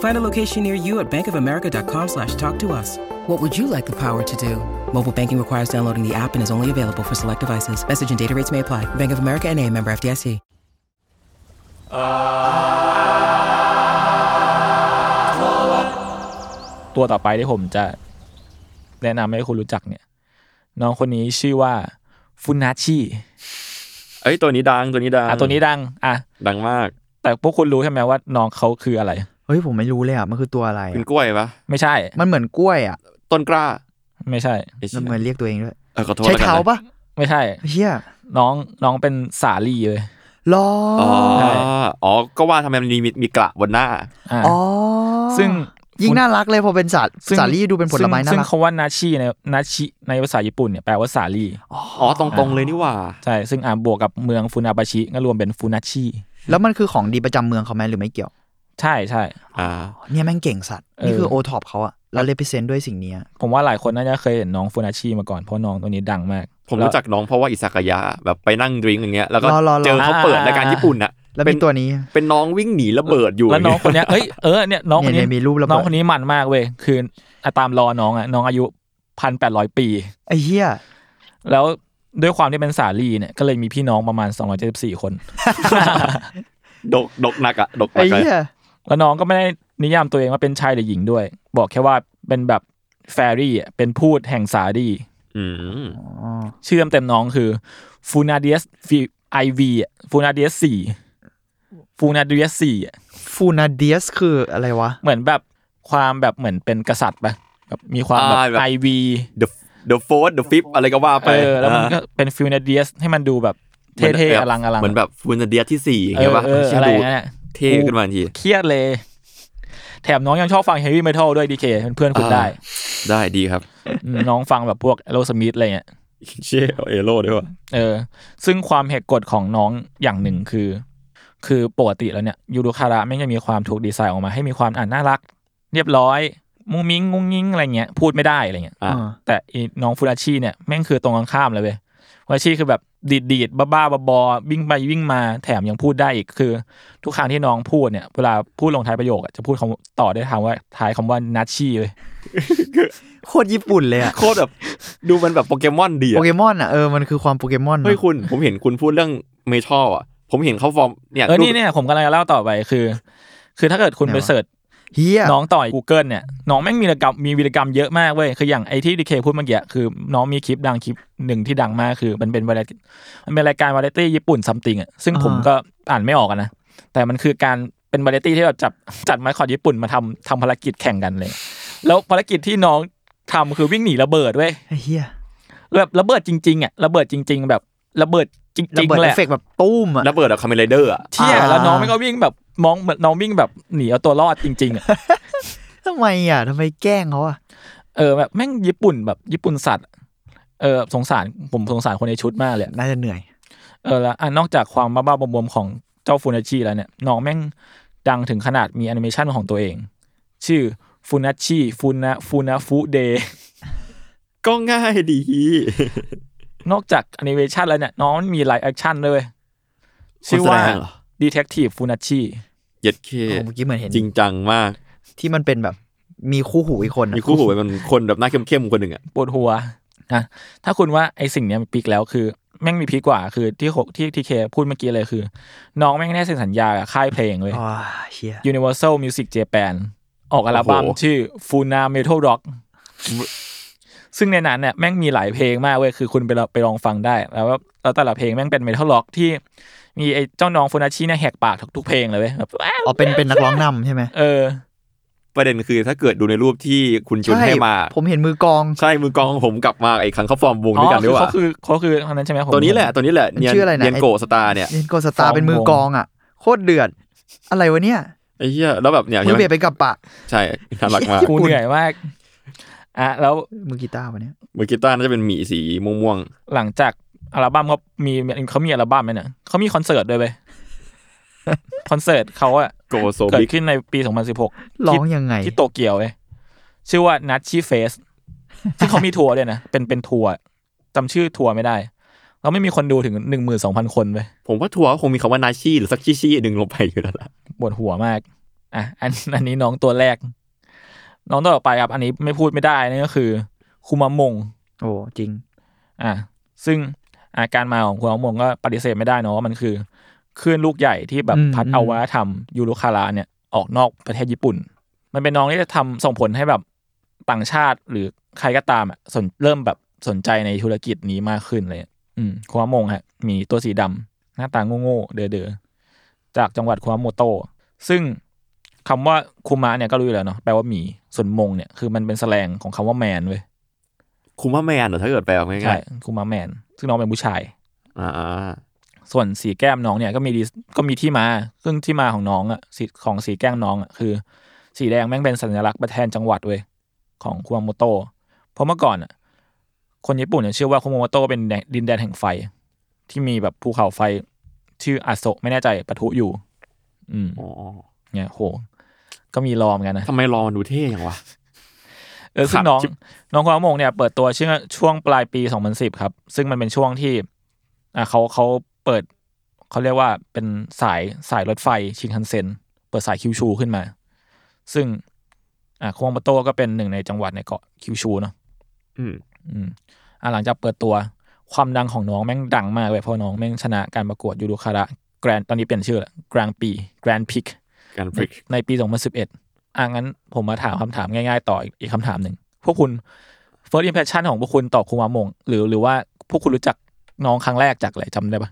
Find a location near you at bankofamerica.com slash talk to us. What would you like the power to do? Mobile banking requires downloading the app and is only available for select devices. Message and data rates may apply. Bank of America and a member FDIC. ตัวต่อไปที่ผมจะแนะนำให้คุณรู้จักเนี่ย น้องคนนี้ชื่อว่าฟุนาชิ เอ้ยตัวนี้ดังตัวนี้ดัง อ่ะตัวนี้ดังอ่ะ ดังมาก แต่พวกคุณรู้ใช่ไหมว่าน้องเขาคืออะไร เฮ้ยผมไม่รู้เลยอ่ะมันคือตัวอะไร เป็น อะ กล้วยปะ ไม่ใช่ มันเหมือนกล้วยอ่ะ ต้นกล้า ไม่ใช่ ไอ้เชี่ มันเหมือนเรียกตัวเองด้วย เออขอโทษ ใช้ แล้วกัน เท้า นะ ปะ ไม่ใช่ เชี่ย น้องน้องเป็นสาลีเลย ล้อ อ๋ออ๋อก็ว่าทำไมมันมีมีกระบนหน้า อ่า อ๋อ ซึ่ง ยิ่งน่ารักเลยพอเป็นสัตว์ ซึ่ง สาลี่ดูเป็นผลไม้น่า ซึ่ง รัก คำว่านาชีในนาชิในภาษาญี่ปุ่นเนี่ยแปลว่าสาลี อ๋อตรงๆเลยนี่หว่า ใช่ ซึ่งอ่าบวกกับเมืองฟุนาบาชิก็รวมเป็นฟุนาชิ แล้วมันคือของดีประจำเมืองเขาไหมหรือไม่เกี่ยว ใช่ใช่ อ่า เนี่ยแม่งเก่งสัตว์ เออ นี่คือโอท็อปเขาอะแล้วเล p ิเซนด้วยสิ่งเนี้ย ผมว่าหลายคนน่าจะเคยเห็นน้องฟุนาชิมาก่อนเพราะน้องตัวนี้ดังมาก ผม แล้ว รู้จักน้องเพราะว่าอิซากายะแบบไปนั่งดริงก์อย่างเงี้ยแล้วก็ รอรอร เจ อ อเขาเปิดรายการญี่ปุ่นน่ะ แล้ว เป็ มีตัวนี้ เป็นน้องวิ่งหนีระเบิดอยู่ แล้วน้องคนเนี้ยเอ้ยเออเนี่ยน้องคนนี้เนี่ยเนี่ยมีรูประเบิด น้องคนนี้มันมากเว้ยคืออ่ะตามรอน้องอ่ะน้องอายุพันแปดร้อยปี ไอ้เหี้ย แล้วด้วยความที่เป็นสาลีเนี่ยก็เลยมีพี่น้องประมาณ 274 คน ดกดกหนักอะดกหนั ไอ้ กเลย เหี้ย แล้วน้องก็ไม่ได้นิยามตัวเองว่าเป็นชายหรือหญิงด้วย บอกแค่ว่าเป็นแบบแฟรี่อ่ะเป็นพูดแห่งสาลี อืม อ๋อ ชื่อเต็มๆน้องคือฟูนาเดียสฟีไอวีฟูนาเดียสสี่ฟูนาเดียสสี่อ่ะ ฟูนาเดียสคืออะไรวะ เหมือนแบบความแบบเหมือนเป็นกษัตริย์ปะแบบมีความแบบไอวี เดอะเดอะโฟร์เดอะฟิปอะไรก็ว่าไป เออแล้วมันก็เป็นฟิวนาเดียสให้มันดูแบบเท่ๆอลังอลัง เหมือนแบบฟูนาเดียที่สี่อย่าง เอ เงี้ อย ป่ะ เออ เชื่ อะไร ดู อย่างเงี้ย เท่ขึ้นมาทันที เครียดเลย แถมน้องยังชอบฟังเฮฟวี่เมทัลด้วยดีเคเป็นเพื่อนคุณ อ่า ได้ ได้ดีครับ อืมน้องฟังแบบพวกโรสมิธอะไรเงี้ย เชี่ยเอโร่ด้วยว่ะ เออ ซึ่งความเหตุกฎของน้องอย่างหนึ่งคือ คือปกติแล้วเนี่ยยูรุคาระไม่งจะมีความถูกดีไซน์ออกมาให้มีความอ่านน่ารัก เรียบร้อย มุ้งมิ้งงุ้งงิ้งอะไรเงี้ยพูดไม่ได้อะไรเงี้ย อ่ะ อ่า แต่อีน้องฟูราชิเนี่ยแม่งคือตรงกันข้ามเลยเว้ยฟูราชิคือแบบดีดดีดบ้าบ้าๆบอบอๆวิ่งไปวิ่งมาแถมยังพูดได้อีกคือ ทุกครั้งที่น้องพูดเนี่ยเวลาพูดลงท้ายประโยคอะจะพูดคำต่อได้วยคำว่าท้ายคำว่านัชชีเลย โคตรญี่ปุ่นเลยอะ โคตรแบบดูมันแบบโปเกมอนดี โป อะ เกมอนอะเออมันคือความโปเกมอน เฮ้ย เนอะ คุณผมเห็นคุณพูดเรื่องเมทัลอะผมเห็นเขาฟอร์มเนี่ย เออ รูป นี่เนี่ยผมกำลังจะเล่าต่อไปคือ คือถ้าเกิดคุณไปเสิร์ช เฮีย น้องต่อย Google เนี่ยน้องแม่งมีวีรกรรมมีวีรกรรมเยอะมากเว้ยคืออย่างไอที่ดีเคพูดเมื่อกี้คือ น้องมีคลิปดังคลิปหนึ่งที่ดังมากคือ มันเป็นวาไรมันเป็นรายการวาไรตี้ญี่ปุ่นซัมติงอ่ะซึ่งผมก็อ่านไม่ออกอะนะแต่มันคือการเป็นวาไรตี้ที่แบบจับจัดไม้คอดญี่ปุ่นมาทำทำภารกิจแข่งกันเลย แล้วภารกิจที่น้องทำคือวิ่งหนีระเบิดเว้ย ไอ้เฮีย แบบระเบิดจริงๆอ่ะระเบิดจริง ๆ แบบระเบิดจ ระ ริง เบิด ๆแห เอ ละ ฟเฟกต์แบบตุ้มอะ ระเบิดอะคาเมไรเดอร์อะ เที่ย อ่า แล้วน้องไม่ก็วิ่งแบบมองเหมือนน้องวิ่งแบบหนีเอาตัวรอดจริงๆอ่ะ ทำไมอะทำไมแกล้งเขาอะ เออแบบแม่งญี่ปุ่นแบบญี่ปุ่นสัตว์อะเออสงสารผมสงสารคนในชุดมากเลยอะ น่าจะเหนื่อย เ เออแล้วอ่ะนอกจากความบ้าๆบอมๆของเจ้าฟูนาชิแล้วเนี่ยน้องแม่งดังถึงขนาดมีแอนิเมชันของตัวเอง ชื่อฟูนาชิฟูนาฟูนาฟูเด ก็ง่ายดี นอกจากแอนิเมชันแล้วเนี่ยน้องมันมีไลฟ์แอคชั่นด้วยเวยชื่อว่า คนแสดงเหรอ Detective Funachi เย็ดเค โอ้เมื่อกี้เหมือนเห็น จริงจังมาก ที่มันเป็นแบบมีคู่หูอีกคนอะ มีคู่หูไว้มันคนแบบหน้าเข้มๆคนหนึ่งอ่ะ ปวดหัวนะถ้าคุณว่าไอสิ่งเนี้ยมันพีกแล้วคือ แม่งมีพีกกว่าคือที่หกที่ทีเคพูดเมื่อกี้เลยคือ น้องแม่งได้เซ็นสัญญากับค่ายเพลงเลย อ๋อเฮีย Universal Music Japan ออกอัลบั้มชื่อ Funa Metal Rock ซึ่งในนั้นเนี่ยแม่งมีหลายเพลงมากเว้ยคือคุณไปลองไปลองฟังได้ แล้วก็แล้วแต่ละเพลงแม่งเป็นเมทัลล็อกที่มีไอ้เจ้าน้องฟูนาชิเนี่ยแหกปากทุกๆเพลงเลยเว้ยแบบ อ๋อเป็นเป็นนักร้องนำใช่ไหม เออ ประเด็นคือถ้าเกิดดูในรูปที่คุณจุน ใช่ ให้มา ผมเห็นมือกลอง ใช่มือกลองของผมกลับมาอีกครั้งเขาฟอร์มวงด้วยกันด้วอ๋อยว่ะ เขาคือเขาคือคนนั้นใช่ไหมผม ตัวนี้แหละตัวนี้แหละเนียน ชื่ออะไรนะ เนียนโกะสตาร์เนี่ย เล่นโกสตาร์ ฟอร์ม เป็นมือกลองอ่ะ โคตรเดือด อะไรวะเนี่ย ไอ้เหี้ยแล้วแบบเนี่ย มือเบสเป็นกับปะ ใช่น่ารักมาก กูเหนื่อยมากอ่ะแล้ว มือกีตาร์วะเนี่ย มือกีตาร์น่าจะเป็นหมีสีม่วง หลังจากอัลบั้มเขามีเขามีอัลบั้มไหมเนี่ยเขามีคอนเสิร์ตด้วยไป คอนเสิร์ตเขาอะ ๆโกโซ เกิ บิ ด ก ขึ้นในปี 2016 ร้องยังไง ที่โตเกียวเว้ยชื่อว่านั c ชีเฟสที่เขามีทัวร์ด้วยนะ เป็นเป็นทัวร์จำชื่อทัวร์ไม่ได้ เราไม่มีคนดูถึงหนึ่งหมื่นสองพันคนไป ผมว่าทัวร์คงมีคำว่านาชีหรือสักชี่ชี่หนึ่งลงไปอยู่แล้วล่ะ ปวดหัวมาก อ่ะอันอันนี้น้องตัวแรก น้องตัวต่อไปครับ อันนี้ไม่พูดไม่ได้นั่นก็คือคุมามง โอ้จริง อ่ะซึ่งอาการมาของคุณอมงก็ปฏิเสธไม่ได้เนอะว่ามันคือคลื่นลูกใหญ่ที่แบบ อืม พัดเอาวัฒนธรรมยูรุคาระเนี่ยออกนอกประเทศญี่ปุ่น มันเป็นน้องที่จะทำส่งผลให้แบบต่างชาติหรือใครก็ตามอ่ะสนเริ่มแบบสนใจในธุรกิจนี้มากขึ้นเลยอืมคุณอมงฮะมีตัวสีดำหน้าตาโง่ๆเด๋อๆจากจังหวัดคุมาโมโตะซึ่งคำว่าคุมะเนี่ยก็รู้อยู่แล้วเนาะแปลว่าหมีส่วนมงเนี่ยคือมันเป็นแสแลงของคำว่าแมนเว้ย คุมาแมนเหรอถ้าเกิดแปลง่าย คุมะแมน ซึ่งน้องเป็นผู้ชาย ๆอ่า ส่วนสีแก้มน้องเนี่ยก็มีดีก็มีที่มา ซึ่งที่มาของน้องอ่ะสีของสีแก้มน้องอ่ะคือ สีแดงแม่งเป็นสัญลักษณ์ประแทนจังหวัดเว้ยของคุมาโมโตะเพราะเมื่อก่อนอ่ะคนญี่ปุ่นเนี่ยเชื่อว่าคุมาโมโตะเป็นแดนดินแดนแห่งไฟ ที่มีแบบภูเขาไฟชื่ออาโซะไม่แน่ใจปะทุอยู่ อืม ๆอ๋อ เนี่ยโห ก็มีรอมกันนะ ทำไมรอมันดูเท่อย่างวะ เออซึ่ ครั ง บ น้อง จิ๊บ น้องความมงเนี่ยเปิดตัวช่วงช่วงปลายปี 2010 ครับ ซึ่งมันเป็นช่วงที่อ่าเขาเขาเปิดเขาเรียกว่าเป็นสายสายรถไฟชินคันเซ็นเปิดสายคิวชูขึ้นมา ซึ่งอ่าโคงมาโตก็เป็นหนึ่งในจังหวัดในเกาะคิวชูเนาะ อืม อืมอ่าหลังจากเปิดตัวความดังของน้องแม่งดังมากเลยเพราะน้องแม่งชนะการประกวดยูรุคาระแกรนตอนนี้เปลี่ยนชื่อละแกรนปีแกรนพิก การฟริก ในปี 2011 อ่ะงั้นผมมาถามคำถามง่ายๆ ต่ออีกอีกคำถามหนึ่ง พวกคุณ first impression ของพวกคุณต่อคุมามง หรือหรือว่าพวกคุณรู้จักน้องครั้งแรกจากอะไรจำได้ปะ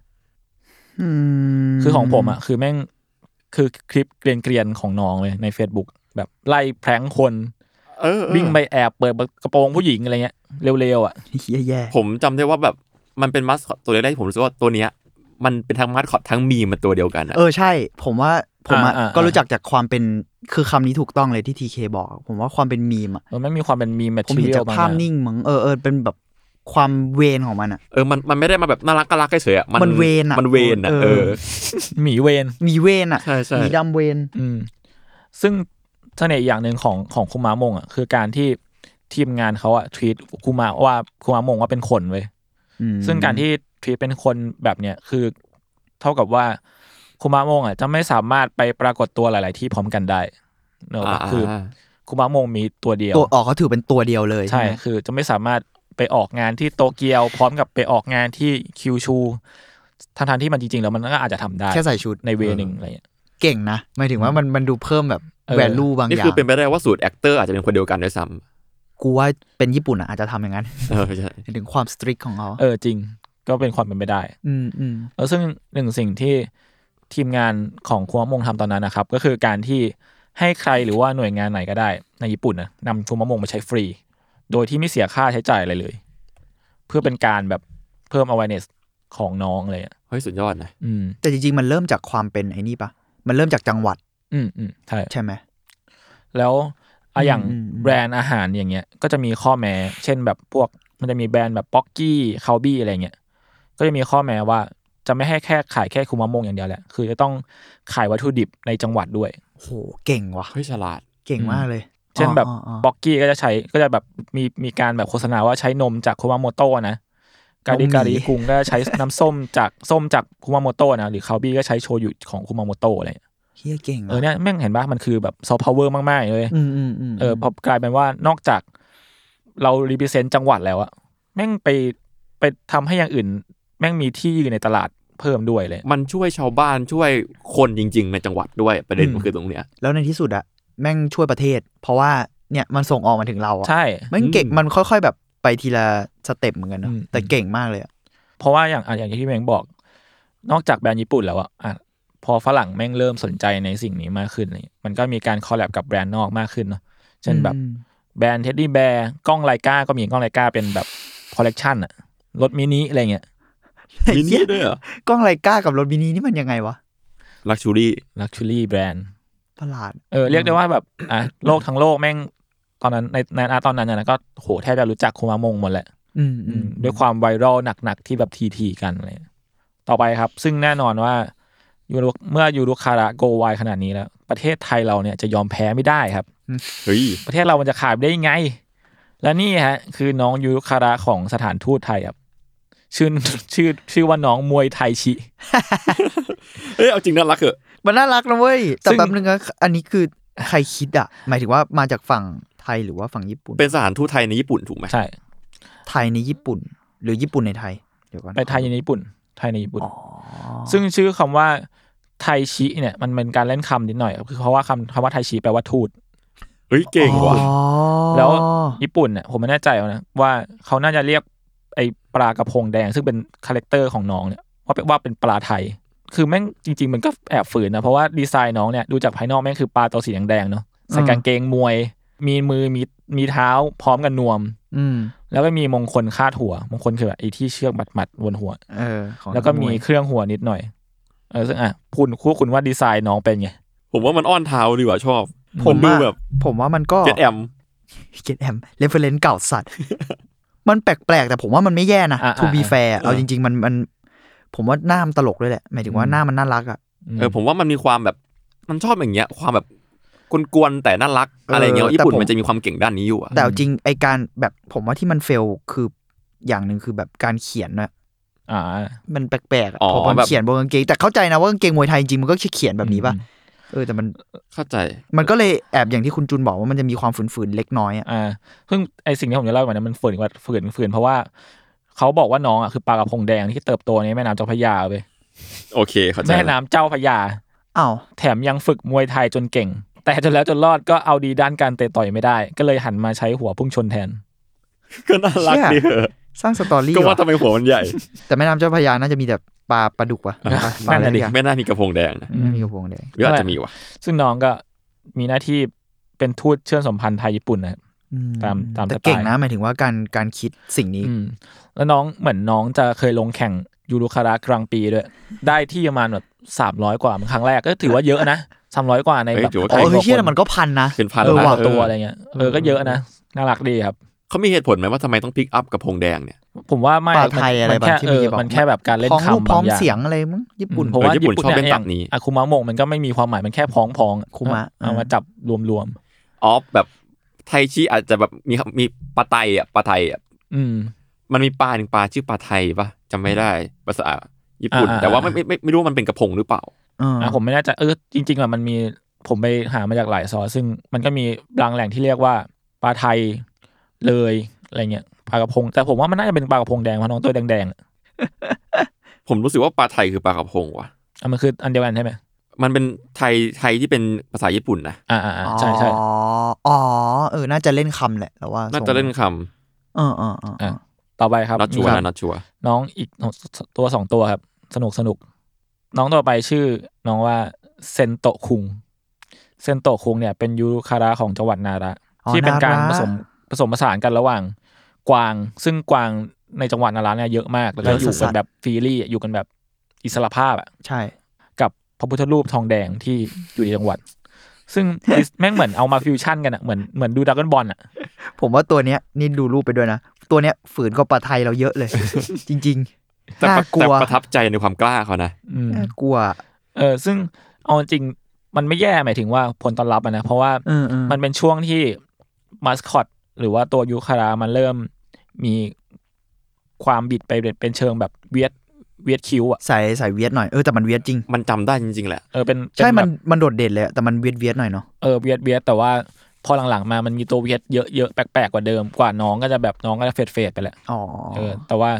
อืม คือของผมอ่ะ คือแม่งคือคลิปเกรียนๆ ของน้องเลยใน Facebook แบบไล่แพร้งคน เออเออ วิ่งไปแอบเปิดกระโปรงผู้หญิงอะไรเงี้ยเร็วๆ อ่ะ เฮียแย่ ผมจำได้ว่าแบบมันเป็นมัสคอตตัวแรกที่ผมรู้สึกว่าตัวเนี้ย มันเป็นทั้งมัสคอตทั้งมีมมันตัวเดียวกันอะ เออใช่ ผมว่าผมอะ อ่าอ่า ก็รู้จักจากความเป็นคือคำนี้ถูกต้องเลยที่ทีเคบอกอะผมว่าความเป็นมีมอะ มันไม่มีความเป็นมีแมท ผม เที เห็น ย จา ล กภาพนิ่งมั้งเออเออเป็นแบบความเวนของมันอะ เออมันมันไม่ได้มาแบบน่ารักก็รักเฉยๆอะ มันเวนอะ มันเวนอะ เอ เอ อ อ หมีเวน มีเวนอะ ใช่ใช่ มีดำเวน อืมซึ่งเสน่ห์อีกอย่างหนึ่งของของคุมามงอ่ะคือการที่ทีมงานเขาอ่ะทวีตคุมาว่าคุมามงว่าเป็นคนเว้ย อืม ซึ่งการที่ทวีตเป็นคนแบบเนี้ยคือเท่ากับว่าคุมามงอ่ะจะไม่สามารถไปปรากฏตัวหลาย ๆ ที่พร้อมกันได้เนอะปะคือคุมามงมีตัวเดียว ตัวออกเขาถือเป็นตัวเดียวเลย ใช่ ไหม คือจะไม่สามารถไปออกงานที่โตเกียว พร้อมกับไปออกงานที่คิวชูทั้งทที่มันจริง ๆ แล้วมันก็อาจจะทำได้ แค่ใส่ชุด ในเวนึงอะไรอย่างเงี้ย เก่งนะหมายถึงว่ามันมันดูเพิ่มแบบ เออ แวลูบาง นี่ อย่า คือง เป็นไปได้ว่าสูตรแอคเตอร์อาจจะเป็นคนเดียวกันด้วยซ้ กูว่าเป็นญี่ปุ่นอะอาจจะทำอย่างนั้น ำเออใช่ หมายถึงความสตริกของเขา เออจริงก็เป็นความเป็นไปได้ อืมอืม แล้วซึ่งหนึ่งสิ่งที่ทีมงานของคุมะมงทำตอนนั้นนะครับ ก็คือการที่ให้ใครหรือว่าหน่วยงานไหนก็ได้ ในญี่ปุ่นนะนำคุมะมงมาใช้ฟรี โดยที่ไม่เสียค่าใช้จ่ายอะไรเลย เพื่อเป็นการแบบเพิ่ม awareness ของน้องเลยอ่ะ เฮ้ยสุดยอดนะ อืม แต่จริงๆ มันเริ่มจากความเป็นไอ้นี่ปะ มันเริ่มจากจังหวัด อืมอืมใช่ ใช่ไหม แล้วอะอย่าง อืมอืม แบรนด์อาหารอย่างเงี้ย ก็จะมีข้อแม้ เช่นแบบพวกมันจะมีแบรนด์แบบป๊อกกี้คาบี้อะไรเงี้ย ก็จะมีข้อแม้ว่า จะไม่ให้แค่ขายแค่คุมะมงอย่างเดียวแหละ คือจะต้องขายวัตถุดิบในจังหวัดด้วย โหเก่งว่ะ เฮ้ยฉลาด เก่งมากเลย เช่นแบบ อ๋ออ๋อ บ็ อ๋ออกกี้ก็จะใช้ก็จะแบบมีมีการแบบโฆษณาว่าใช้นมจากคุมาโมโตะนะกาดิการิกุงก็ใช้ น้ำส้มจากส้มจากคุมาโมโตะนะหรือคาบี้ก็ใช้โชยุของคุมาโมโตะอะไรอย่างเงี้ย เฮียเก่ง เออเนี่ยแม่งเห็นปะมันคือแบบซอฟต์พาวเวอร์มากๆเลย อืมอืมอืม เออพอกลายเป็นว่านอกจากเรารีพิเซนต์จังหวัดแล้วอะแม่งไปไปทำให้อย่างอื่น แม่งมีที่ยืนในตลาดเพิ่มด้วยเลย มันช่วยชาวบ้านช่วยคนจริง ๆ ในจังหวัดด้วยประเด็น อืม คือตรงเนี้ย แล้วในที่สุดอะแม่งช่วยประเทศ เพราะว่าเนี่ยมันส่งออกมาถึงเราอะ ใช่ แม่งเก่ง อืม มันค่อย ๆ แบบไปทีละสเต็ปเหมือนกันเนอะ อืม แต่เก่งมากเลยอะ เพราะว่าอย่างอ่ะอย่างที่พี่แมงบอก นอกจากแบรนด์ญี่ปุ่นแล้วอะอ่ะพอฝรั่งแม่งเริ่มสนใจในสิ่งนี้มากขึ้นอะไรเงี้ยมันก็มีการคอลแลบกับแบรนด์นอกมากขึ้นเนาะเช่นแบบ อืม แบรนด์เท็ดดี้แบร์กล้องไลกาก็มีกล้องไลกาเป็นแบบคอลเลกชันอะรถมินิอะไรเงี้ย มินิด้วยเหรอก ล้องไรก้ากับรถบินีนี่มันยังไงวะ ลักชูรี่ ลักชัวรี่แบรนด์ ประหลาด เออเรียกได้ว่าแบบอ่ะโลกทั้งโลกแม่งตอนนั้นในในอาตอนนั้นนะก็โหแทบจะรู้จักคุมามงหมดแหละ อืมอืม ด้วยความไวรัลหนัก ๆ ที่แบบทีทีกันอะไรเลยต่อไปครับ ซึ่งแน่นอนว่ายูรุเมื่อยูรุคาระโกไวขนาดนี้แล้ว ประเทศไทยเราเนี่ยจะยอมแพ้ไม่ได้ครับ เฮ้ย ประเทศเรามันจะขาดไปได้ยังไง และนี่ฮะ คือน้องยูรุคาระของสถานทูตไทยครับ ชื่อ ชื่อชื่อว่าน้องมวยไทยชิ เอ้ยเอาจริงน่ารักเหอะ มันน่ารักนะเว้ย แต่ ซึ่ง แบบนึงอะอันนี้คือใครคิดอะหมายถึงว่ามาจากฝั่งไทยหรือว่าฝั่งญี่ปุ่น เป็นสถานทูตไทยในญี่ปุ่นถูกไหม ใช่ ไทยในญี่ปุ่น หรือญี่ปุ่นในไทยเดี๋ยวก่อน ไปไทยในญี่ปุ่น ไทยในญี่ปุ่น ซึ่งชื่อคำว่าไทยชิเนี่ยมันเป็นการเล่นคำนิดหน่อยครับคือเพราะว่าคำคำว่าไทยชิแปลว่าทูต เฮ้ยเก่งว่ะ อ๋อ แล้วญี่ปุ่นเนี่ยผมไม่แน่ใจนะว่าเขาน่าจะเรียกไอ้ปลากระพงแดงซึ่งเป็นคาแรคเตอร์ของน้องเนี่ยว่าเป็นว่าเป็นปลาไทย คือแม่งจริง ๆ มันก็แอบฝืนนะ เพราะว่าดีไซน์น้องเนี่ยดูจากภายนอกแม่งคือปลาตัวสีแดงๆเนาะใส่กางเกงมวย มีมือมีมีเท้าพร้อมกันนวม อืม แล้วก็มีมงคลคาดหัว มงคลคือแบบไอ้ที่เชือกมัดๆบนหัว เออของ แล้วก็มี นัย เครื่องหัวนิดหน่อยเออซึ่งอ่ะคุณคู่คุณว่าดีไซน์น้องเป็นไง ผมว่ามันอ้อนเท้าดีกว่าชอบ ผม ดู ว่า แบบ ผมว่ามันก็ เจ็ดแอม เกตแอมเรฟเฟรนซ์เก่าสัตว์ มันแปลกๆ แต่ผมว่ามันไม่แย่นะ อ่ะ to be อ่ะ fair เอา เออ จริง ๆ มันมัน ผมว่าหน้ามันตลกด้วยแหละ หมายถึงว่า อืม หน้ามันน่ารักอ่ะ ม เออผมว่ามันมีความแบบมันชอบอย่างเงี้ย ความแบบกวนๆแต่น่ารัก เอออ อะไรเงี้ย แต่ ญี่ปุ่น ผม มันจะมีความเก่งด้านนี้อยู่อะ แต่เอาจริงไอการแบบผมว่าที่มันเฟลคืออย่างหนึ่งคือแบบการเขียนนะ อ่า มันแปลกๆอะ อ๋อ พอมัน แบบ เขียนบนกางเกง แต่เข้าใจนะว่ากางเกงมวยไทยจริงๆมันก็เขียนแบบนี้ป่ะ อืม เออแต่มัน เข้าใจ มันก็เลยแอบอย่างที่คุณจุนบอกว่ามันจะมีความฝืนๆเล็กน้อยอ่ะ อ่าเพิ่งไอสิ่งที่ผมจะเล่าไปเนี่ยมันฝืนกว่าฝืนฝืนเพราะว่าเขาบอกว่าน้องอ่ะคือปลากระพงแดงที่เติบโตในแม่น้ำเจ้าพระยาไป โอเคเข้าใจ แม่น้ำเจ้าพระยา อ้าว แถมยังฝึกมวยไทยจนเก่ง แต่จนแล้วจนรอดก็เอาดีด้านการเตะต่อยไม่ได้ ก็เลยหันมาใช้หัวพุ่งชนแทน ก็น่ารักดีเหอะ สร้างสตอรี่ ก็ว่า ว่ะ ทำไมหัวมันใหญ่ แต่แม่น้ำเจ้าพระยาน่าจะมีแต่ปลาปลาดุกว่ะปลาปลาอะไร นั่นน่ะดิ อย่าง ไม่น่ามีกระโพงแดงนะ ไม่มีกระพงแดง หรืออาจจะมีว่ะ ซึ่งน้องก็มีหน้าที่เป็นทูตเชื่อมสัมพันธ์ไทยญี่ปุ่นนะครับ อื ตามตาม แต่ สไตล์ เก่งนะหมายถึงว่าการการคิดสิ่งนี้ อืมแล้วน้องเหมือนน้องจะเคยลงแข่งยูรุคาระกลางปีด้วย ได้ที่ประมาณแบบสามร้อยกว่าครั้งแรกก็ถือว่าเยอะนะสามร้อยกว่าใน เฮ้ย แบบ ถือว่า ไท อ๋ ย อ ก่กงเฮ้ย ว่า เชี่ย ค แต่มันก็พันนะ เป็นพัน เออ นะ ว่า เออ ตัวอะไรเงี้ยเออก็เยอะนะ น่ารักดีครับ เขามีเหตุผลไหมว่าทำไมต้องพิกอัพกระโพงแดงเนี่ย ผมว่าไม่ ปลา มัน ไทยอะไร มัน บาง แค่ ที่ เอ เมื่ออกี้บอก มันแค่แบบการเล่น พร้อมรูปพร้อคำามบงอย่าง เสียงอะไรมั้งญี่ปุ่น ผมว่า เออญี่ ญี่ ปุ่ ปุ่ น น ชอบ เนี่ย เล่น อ ตั ย่า บ ง นี้ อาคุมะมงมันก็ไม่มีความหมายมันแค่พ้องพอง คุมะ เอามา อ่า จับรวมรวม ออฟแบบไทยชีอาจจะแบบมีมีปลาไตอะปลาไทยอะ ๆอืม มันมีปลาหนึ่งปลาชื่อปลาไทยปะจำไม่ได้ภาษาญี่ปุ่น อ่าอ่า แต่ว่าไม่ไม่ไม่ไม่รู้ว่ามันเป็นกระพงหรือเปล่า เอออ อ่ะผมไม่แน่ใจเออจริงๆอ่ะมันมีผมไปหามาจากหลายซอสซึ่งมันก็มีบางแหล่งที่เรียกว่าปลาไทยเลยอะไรเงี้ยปลากระพง แต่ผมว่ามันน่าจะเป็นปลากระพงแดงเพราะน้องตัวแดงๆอ่ะ ผมรู้สึกว่าปลาไทยคือปลากระพงว่ะ อ่ะมันคืออันเดียวกันใช่ไหม มันเป็นไทยไทยที่เป็นภาษาญี่ปุ่นนะ อ่าอ่าใช่ใช่ อ๋ออ๋อเออน่าจะเล่นคำแหละแล้วว่า น่าจะเล่นค เออเออเออเอ อ่ะ อ ต่อไปครับ ำนัดชัวร์ นี่ค นะ บ นัดชัวร์ น้องอีกตัวสองตัวครับ สนุกสนุก น้องต่อไปชื่อ น้องว่าเซนโตะคุง เซนโตะคุงเนี่ยเป็นยูรุคาระของจังหวัดนาระ อ๋อ ที่เป็นการ ะ ผสมผสมผสานกันระหว่างกวาง ซึ่งกวางในจังหวัดนาระเนี่ยเยอะมาก แล้วก็อยู่กันแบบฟรีลี่อยู่กันแบบอิสระภาพอะ ใช่ กับพระพุทธรูปทองแดงที่อยู่ในจังหวัด ซึ่ง แม่งเหมือนเอามาฟิวชั่นกันอะเหมือนเหมือนดูดักอนบอลอะ ผมว่าตัวเนี้ยนี่ดูรูปไปด้วยนะ ตัวเนี้ยฝืนกว่าปลาไทยเราเยอะเลย จริง แต่ประ น่ากลัว แต่ประทับใจในความกล้าเขานะ อืม น่ากลัว เออซึ่งเอาจริงๆมันไม่แย่หมายถึงว่าผลตอบรับอะนะ เพราะว่า เออเออ มันเป็นช่วงที่มาสคอตหรือว่าตัวยูคารามันเริ่มมีความบิดไปเป็นเชิงแบบเวียดเวียดคิวอ่ะ สายสายเวียดหน่อยเออแต่มันเวียดจริง มันจำได้จริงๆแหละ เออเป็นเป็ ใช่มัน แบบ มันโดดเด่นเลยอะแต่มันเวียดเวียดหน่อยเนาะ เออเวียดเวียดแต่ว่าพอหลังๆมามันมีตัวเวียดเยอะๆแปลกๆกว่าเดิมกว่าน้องก็จะแบบน้องก็จะเฟดเฟดๆไปแหละ อ๋อ เออ แต่ว่า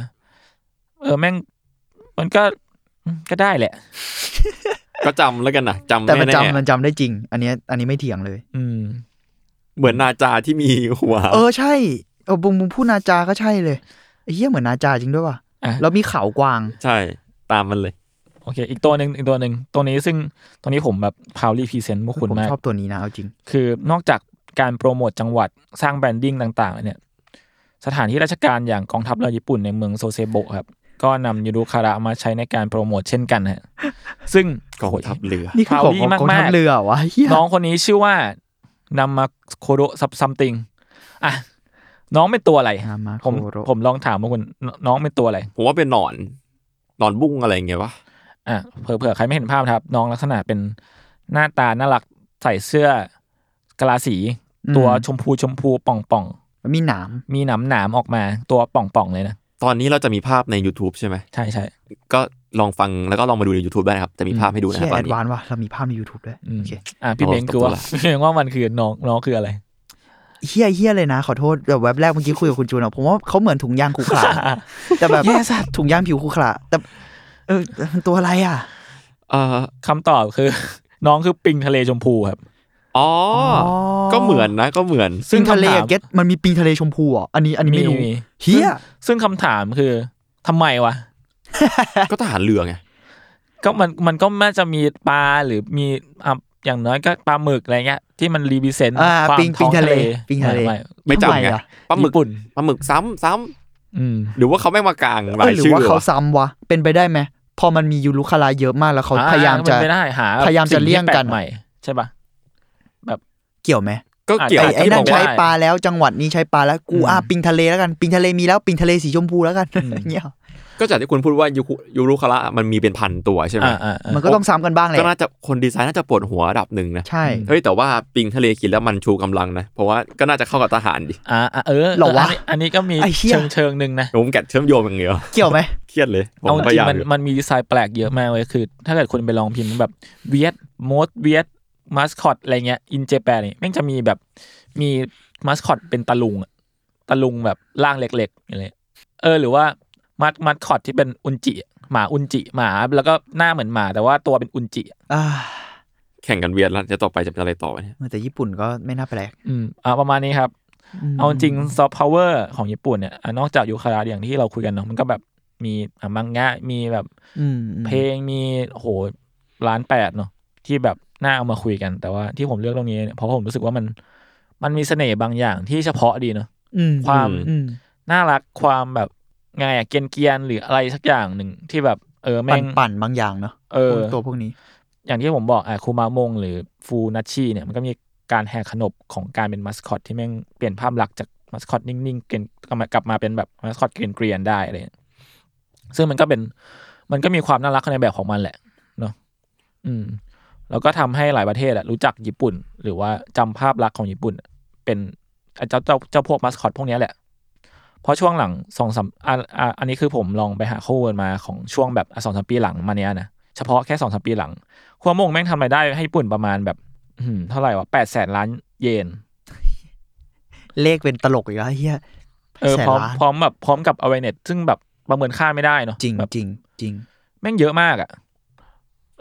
เออแม่งมันก็ก็ได้แหละ ก็จำแล้วกันนะจำ แต่มัน แน่ จำมันจำได้จริง อันเนี้ยอันนี้ไม่เถียงเลย อืม ๆเหมือนนาจาที่มีหัว เออใช่เออบุงบุงพูดนาจา ก็ใช่เลยไอ้เหี้ยเหมือนนาจาจริงด้วยว่ะ อ่ะ แล้วมีเขากวาง ใช่ตามมันเลย โอเค อีกตัวหนึ่งอีกตัวหนึ่งตัวนี้ซึ่งตัวนี้ผมแบบพาวลี่พรีเซนต์พวกคุณ ผม มาก ชอบตัวนี้นะเอาจริง คือนอกจากการโปรโมทจังหวัดสร้างแบรนดิ้งต่าง ๆ เนี่ย สถานที่ราชการอย่างกองทัพเรือญี่ปุ่นในเมืองโซเซโบะครับ ก็นำยูรุคาระมาใช้ในการโปรโมทเช่นกันฮะซึ่ง กองทัพเรือ นี่คือของของ มากๆ กองทัพเรือวะเหี้ย น้องคนนี้ชื่อว่านำมาโคโดซับซัมติงอ่ะ น้องเป็นตัวอะไร ฮามา ผม โคโร ผมลองถามพวกคุณนน้องเป็นตัวอะไร ผมว่าเป็นหนอนหนอนบุ้งอะไรอย่างเงี้ยวะ อ่ะเผื่อๆใครไม่เห็นภาพนะครับ น้องลักษณะเป็นหน้าตาน่ารักใส่เสื้อกะลาสี ตัวชมพูชมพูป่องป่องๆ มันมีหนาม มีหนามหนามๆออกมาตัวป่อง ๆ เลยนะ ตอนนี้เราจะมีภาพใน YouTube ใช่ไหม ใช่ใช่ ก็ลองฟังแล้วก็ลองมาดูใน YouTube ได้นะครับ จะมีภาพให้ดูนะค เชี่ รับ ย ต แอ อน ด นี้ วานซ์ว่ะเรามีภาพใน YouTube ด้วย อืม โอเค อ่ะพี่ โอ้ เบงคือว่า ตกตัวละ พี่เบงว่า มันคือน้องน้องคืออะไร เฮี้ยเฮี้ยเลยนะ ขอโทษแบบเว็บแรกเมื่อกี้คุยกับคุณจูนอะผมว่าเขาเหมือนถุงยางขรุขระ แต่แบบ แย่สัส ถุงยางผิวขรุขระแต่เออมันตัวอะไรอ่ะ เอ่อ คำตอบคือ น้องคือปิงทะเลชมพูครับ อ๋ออ อ ก็เหมือนนะก็เหมือน ซึ่ง ปิทะเล คำถาม เก็ตมันมีปิงทะเลชมพูเหรอ่ะอันนี้อันนี้ไม่รู้เฮี้ย ซึ่งซึ่งคำถามคือทำไมวะ ก็ทหารเรือไง ก็มันมันก็น่าจะมีปลาหรือมีอ่ะอย่างน้อยก็ปลาหมึกอะไรเงี้ยที่มันรีวิเซนต์ อ่า ความ ปิงปิ ท้อง ง ทะ ทะ เล เล ปิงทะเล ไม่ ไม่ ทำ จำไง อ่ะ ปลาหมึก ญี่ปุ่น ปลาหมึกซ้ำซ้ำ อืม หรือว่าเขาไม่มากลาง เอ รา อย หรือ ชื่อ ว่าเขา วะ ซ้ำวะเป็นไปได้ไหมพอมันมียูรุคาราเยอะมากแล้วเขาพยายามจะ อ่เป็นไปได้หา พยายามจะเลี่ยงกัน สิ่ที่แปใหม่ ใช่ปะ เกี่ยวไหม ก็เกี่ยว ไอ้ อาจจะ ไอ้ ที่ นั่ บกนว่า ใช้ปลาแล้วจังหวัดนี้ใช้ปลาแล้วกู อืม อ่ะปิงทะเลแล้วกันปิงทะเลมีแล้วปิงทะเลสีชมพูแล้วกัน อืม อย่างเงี้ย ก็จากที่คุณพูดว่ายูคุยูรุคาระมันมีเป็นพันตัวใช่ไหม อ่าอ่าอ่า มันก็ต้องซ้ำกันบ้างแหละ ก็น่าจะคนดีไซน์น่าจะปวดหัวระดับหนึ่งนะ ใช่ เฮ้ยแต่ว่าปิงทะเลกินแล้วมันชูกำลังนะเพราะว่าก็น่าจะเข้ากับทหารดิ อ่าอ่าเออ หรอวะ นนี้อันนี้ก็มี ไอ้เหี้ย เชิงเชิงหนึ่งนะ ผมแกะเชื่อมโยงอย่างเดียว เกี่ยวไหม เครียดเลยผม เอาจ พ ริ ยางๆยามมัน อยู่ มันมีดีไซน์แปลกเยอะมากเลยคือ ถ้าเกิดคุณไปลองพิมพ์แบบเวียดมดเวียดมาสคอตอะไรเงี้ยอินเจแปนเนี่ยแม่งจะมีแบบมีมาสคอตเป็นตะลุงอะตะลุงแบบร่างเล็กๆอะไรเออหรือว่ามาสมาสคอตที่เป็นอุนจิหมาอุนจิหมาแล้วก็หน้าเหมือนหมา แต่ว่าตัวเป็นอุนจิอะ อ่า แข่งกันเวียนแล้วจะต่อไปจะเป็นอะไรต่อวะเนี่ย เออแต่ญี่ปุ่นก็ไม่น่าแปลก อืมอ่าประมาณนี้ครับ ม เอาจริงซอฟต์พาวเวอร์ของญี่ปุ่นเนี่ยอ่ะนอกจากยูคาราอย่างที่เราคุยกันเนาะมันก็แบบมีอ่ะมังงะมีแบบ อืมอืม เพลงมีโอ้โหล้านแปดเนาะที่แบบน่าเอามาคุยกัน แต่ว่าที่ผมเลือกตรงนี้เนี่ยเพราะผมรู้สึกว่ามันมันมีเสน่ห์บางอย่างที่เฉพาะดีเนาะ อืม ความ อืม น่ารักความแบบไงอะเกรียนเกียนๆหรืออะไรสักอย่างหนึ่งที่แบบเออแม่ ปั่น ง ปั่นบางอย่างเนาะ เออ พวกตัวพวกนี้ อย่างที่ผมบอกอะคูมามง หรือฟูนัชชีเนี่ยมันก็มีการแหกขนบของการเป็นมัสคอตที่แม่งเปลี่ยนภาพลักษณ์จากมัสคอตนิ่งๆเกรียนกลับมากลับมาเป็นแบบมัสคอตเกรียนเกรียนๆได้อะไรเลยซึ่งมันก็เป็นมันก็มีความน่ารักในแบบของมันแหละเนาะอืม แล้วก็ทำให้หลายประเทศอะรู้จักญี่ปุ่น หรือว่าจำภาพลักษณ์ของญี่ปุ่น เป็นไอ้เจ้าเจ้าเจ้าพวกมัสคอตพวกเนี้ยแหละ เพราะช่วงหลังสองสามอันอ่ะอันนี้คือผมลองไปหาข้อมูลมาของช่วงแบบสองสามปีหลังมาเนี้ยนะเฉพาะแค่สองสามปีหลัง ควมมงแม่งทำรายได้ให้ญี่ปุ่นประมาณแบบ อืมเท่าไหร่วะแปดแสนล้านเยน เลขเป็นตลกอีกแล้วเฮีย เออ แสน พร้อม ล้าน พร้อมแบบพร้อมกับอเวเน็ตซึ่งแบบประเมินค่าไม่ได้เนาะ จริง แบบ จริงจริง แม่งเยอะมากอะ่ะ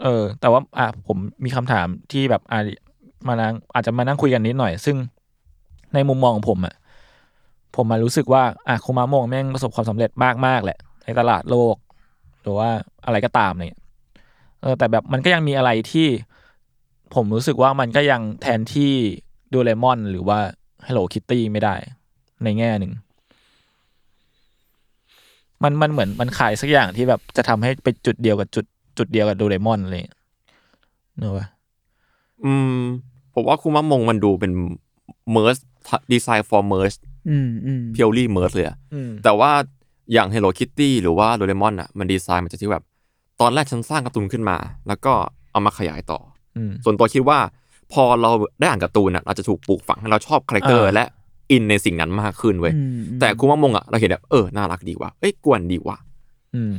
เออ แต่ว่าอ่ะผมมีคำถามที่แบบอ่ะมานั่งอาจจะมานั่งคุยกันนิดหน่อย ซึ่งในมุมมองของผมอะ่ะผมมารู้สึกว่าอ่ะคุมามงแม่งประสบความสำเร็จมากมากๆแหละ ในตลาดโลก หรือว่าอะไรก็ตามเนี่ยเออแต่แบบมันก็ยังมีอะไรที่ ผมรู้สึกว่ามันก็ยังแทนที่ดูเลมอนหรือว่า Hello Kitty ไม่ได้ ในแง่หนึ่ง มันมันเหมือนมันขายสักอย่างที่แบบจะทำให้ไปจุดเดียวกับจุดจุดเดียวกับดูเลมอนอะไรอย่างเงี้ยเนกอะวะ อืมผมว่าคุมะมงมันดูเป็นเมิร์สดีไซน์ for merge อืมอืม เพียวรี่เมิร์สเลยอะ อืม แต่ว่า อย่าง Hello Kitty หรือว่าโดเรมอนอ่ะมันดีไซน์มาจากที่แบบ ตอนแรกฉันสร้างการ์ตูนขึ้นมา แล้วก็เอามาขยายต่อ อืม ส่วนตัวคิดว่า พอเราได้อ่านการ์ตูนอ่ะเราจะถูกปลูกฝังให้เราชอบคาแรคเตอร์ อ่า และอินในสิ่งนั้นมากขึ้นเว้ย อืมอืม แต่คุมะมงอ่ะเราเห็นแบบเออน่ารักดีว่ะเอ้ยกวนดีว่ะ อืม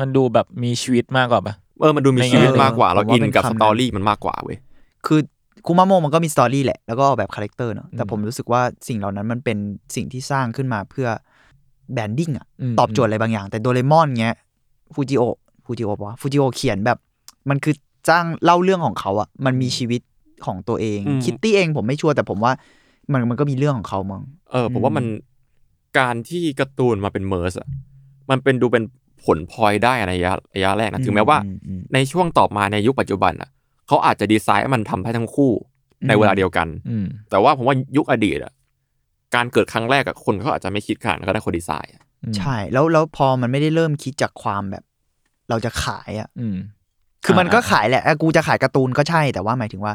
มันดูแบบมีชีวิตมากกว่าปะ เออมันดูมีชีวิตมากกว่า เออ เราอินกับ ผมสว่าเป็นคำนั้น ตอรี่มันมากกว่าเว้ย คือคุมาโมมันก็มีสตอรี่แหละ แล้วก็ออกแบบคาแรคเตอร์เนาะแต่ อืม ผมรู้สึกว่าสิ่งเหล่านั้นมันเป็นสิ่งที่สร้างขึ้นมาเพื่อแบรนดิ้งอะ อืม ตอบโจทย์อะไรบางอย่าง แต่โดเรมอนเงี้ยฟูจิโอฟูจิโอปะวะฟูจิโอเขียนแบบ มันคือจ้างเล่าเรื่องของเขาอะมันมีชีวิตของตัวเอง อืม คิตตี้เองผมไม่ชัวร์แต่ผมว่ามันมันก็มีเรื่องของเขามั้ง เออผมว่ามันการที่การ์ตูนมาเป็นเมอร์สอะมันเป็นดูเป็นผลพลอยได้ในระยะระยะแรกนะ อืม ถึงแม้ว่า อืมอืม ในช่วงต่อมาในยุคปัจจุบันอะเขาอาจจะดีไซน์ให้มันทำให้ทั้งคู่ อืม ในเวลาเดียวกัน อืม แต่ว่าผมว่ายุคอดีตอะการเกิดครั้งแรกอะคนเขาอาจจะไม่คิดขนาดนั้นก็ได้คนดีไซน์อะ อืม ใช่ แล้วแล้วพอมันไม่ได้เริ่มคิดจากความแบบ เราจะขายอะ อืม คือมัน อ่า ก็ขายแหละเอ้ยกูจะขายการ์ตูนก็ใช่ แต่ว่าหมายถึงว่า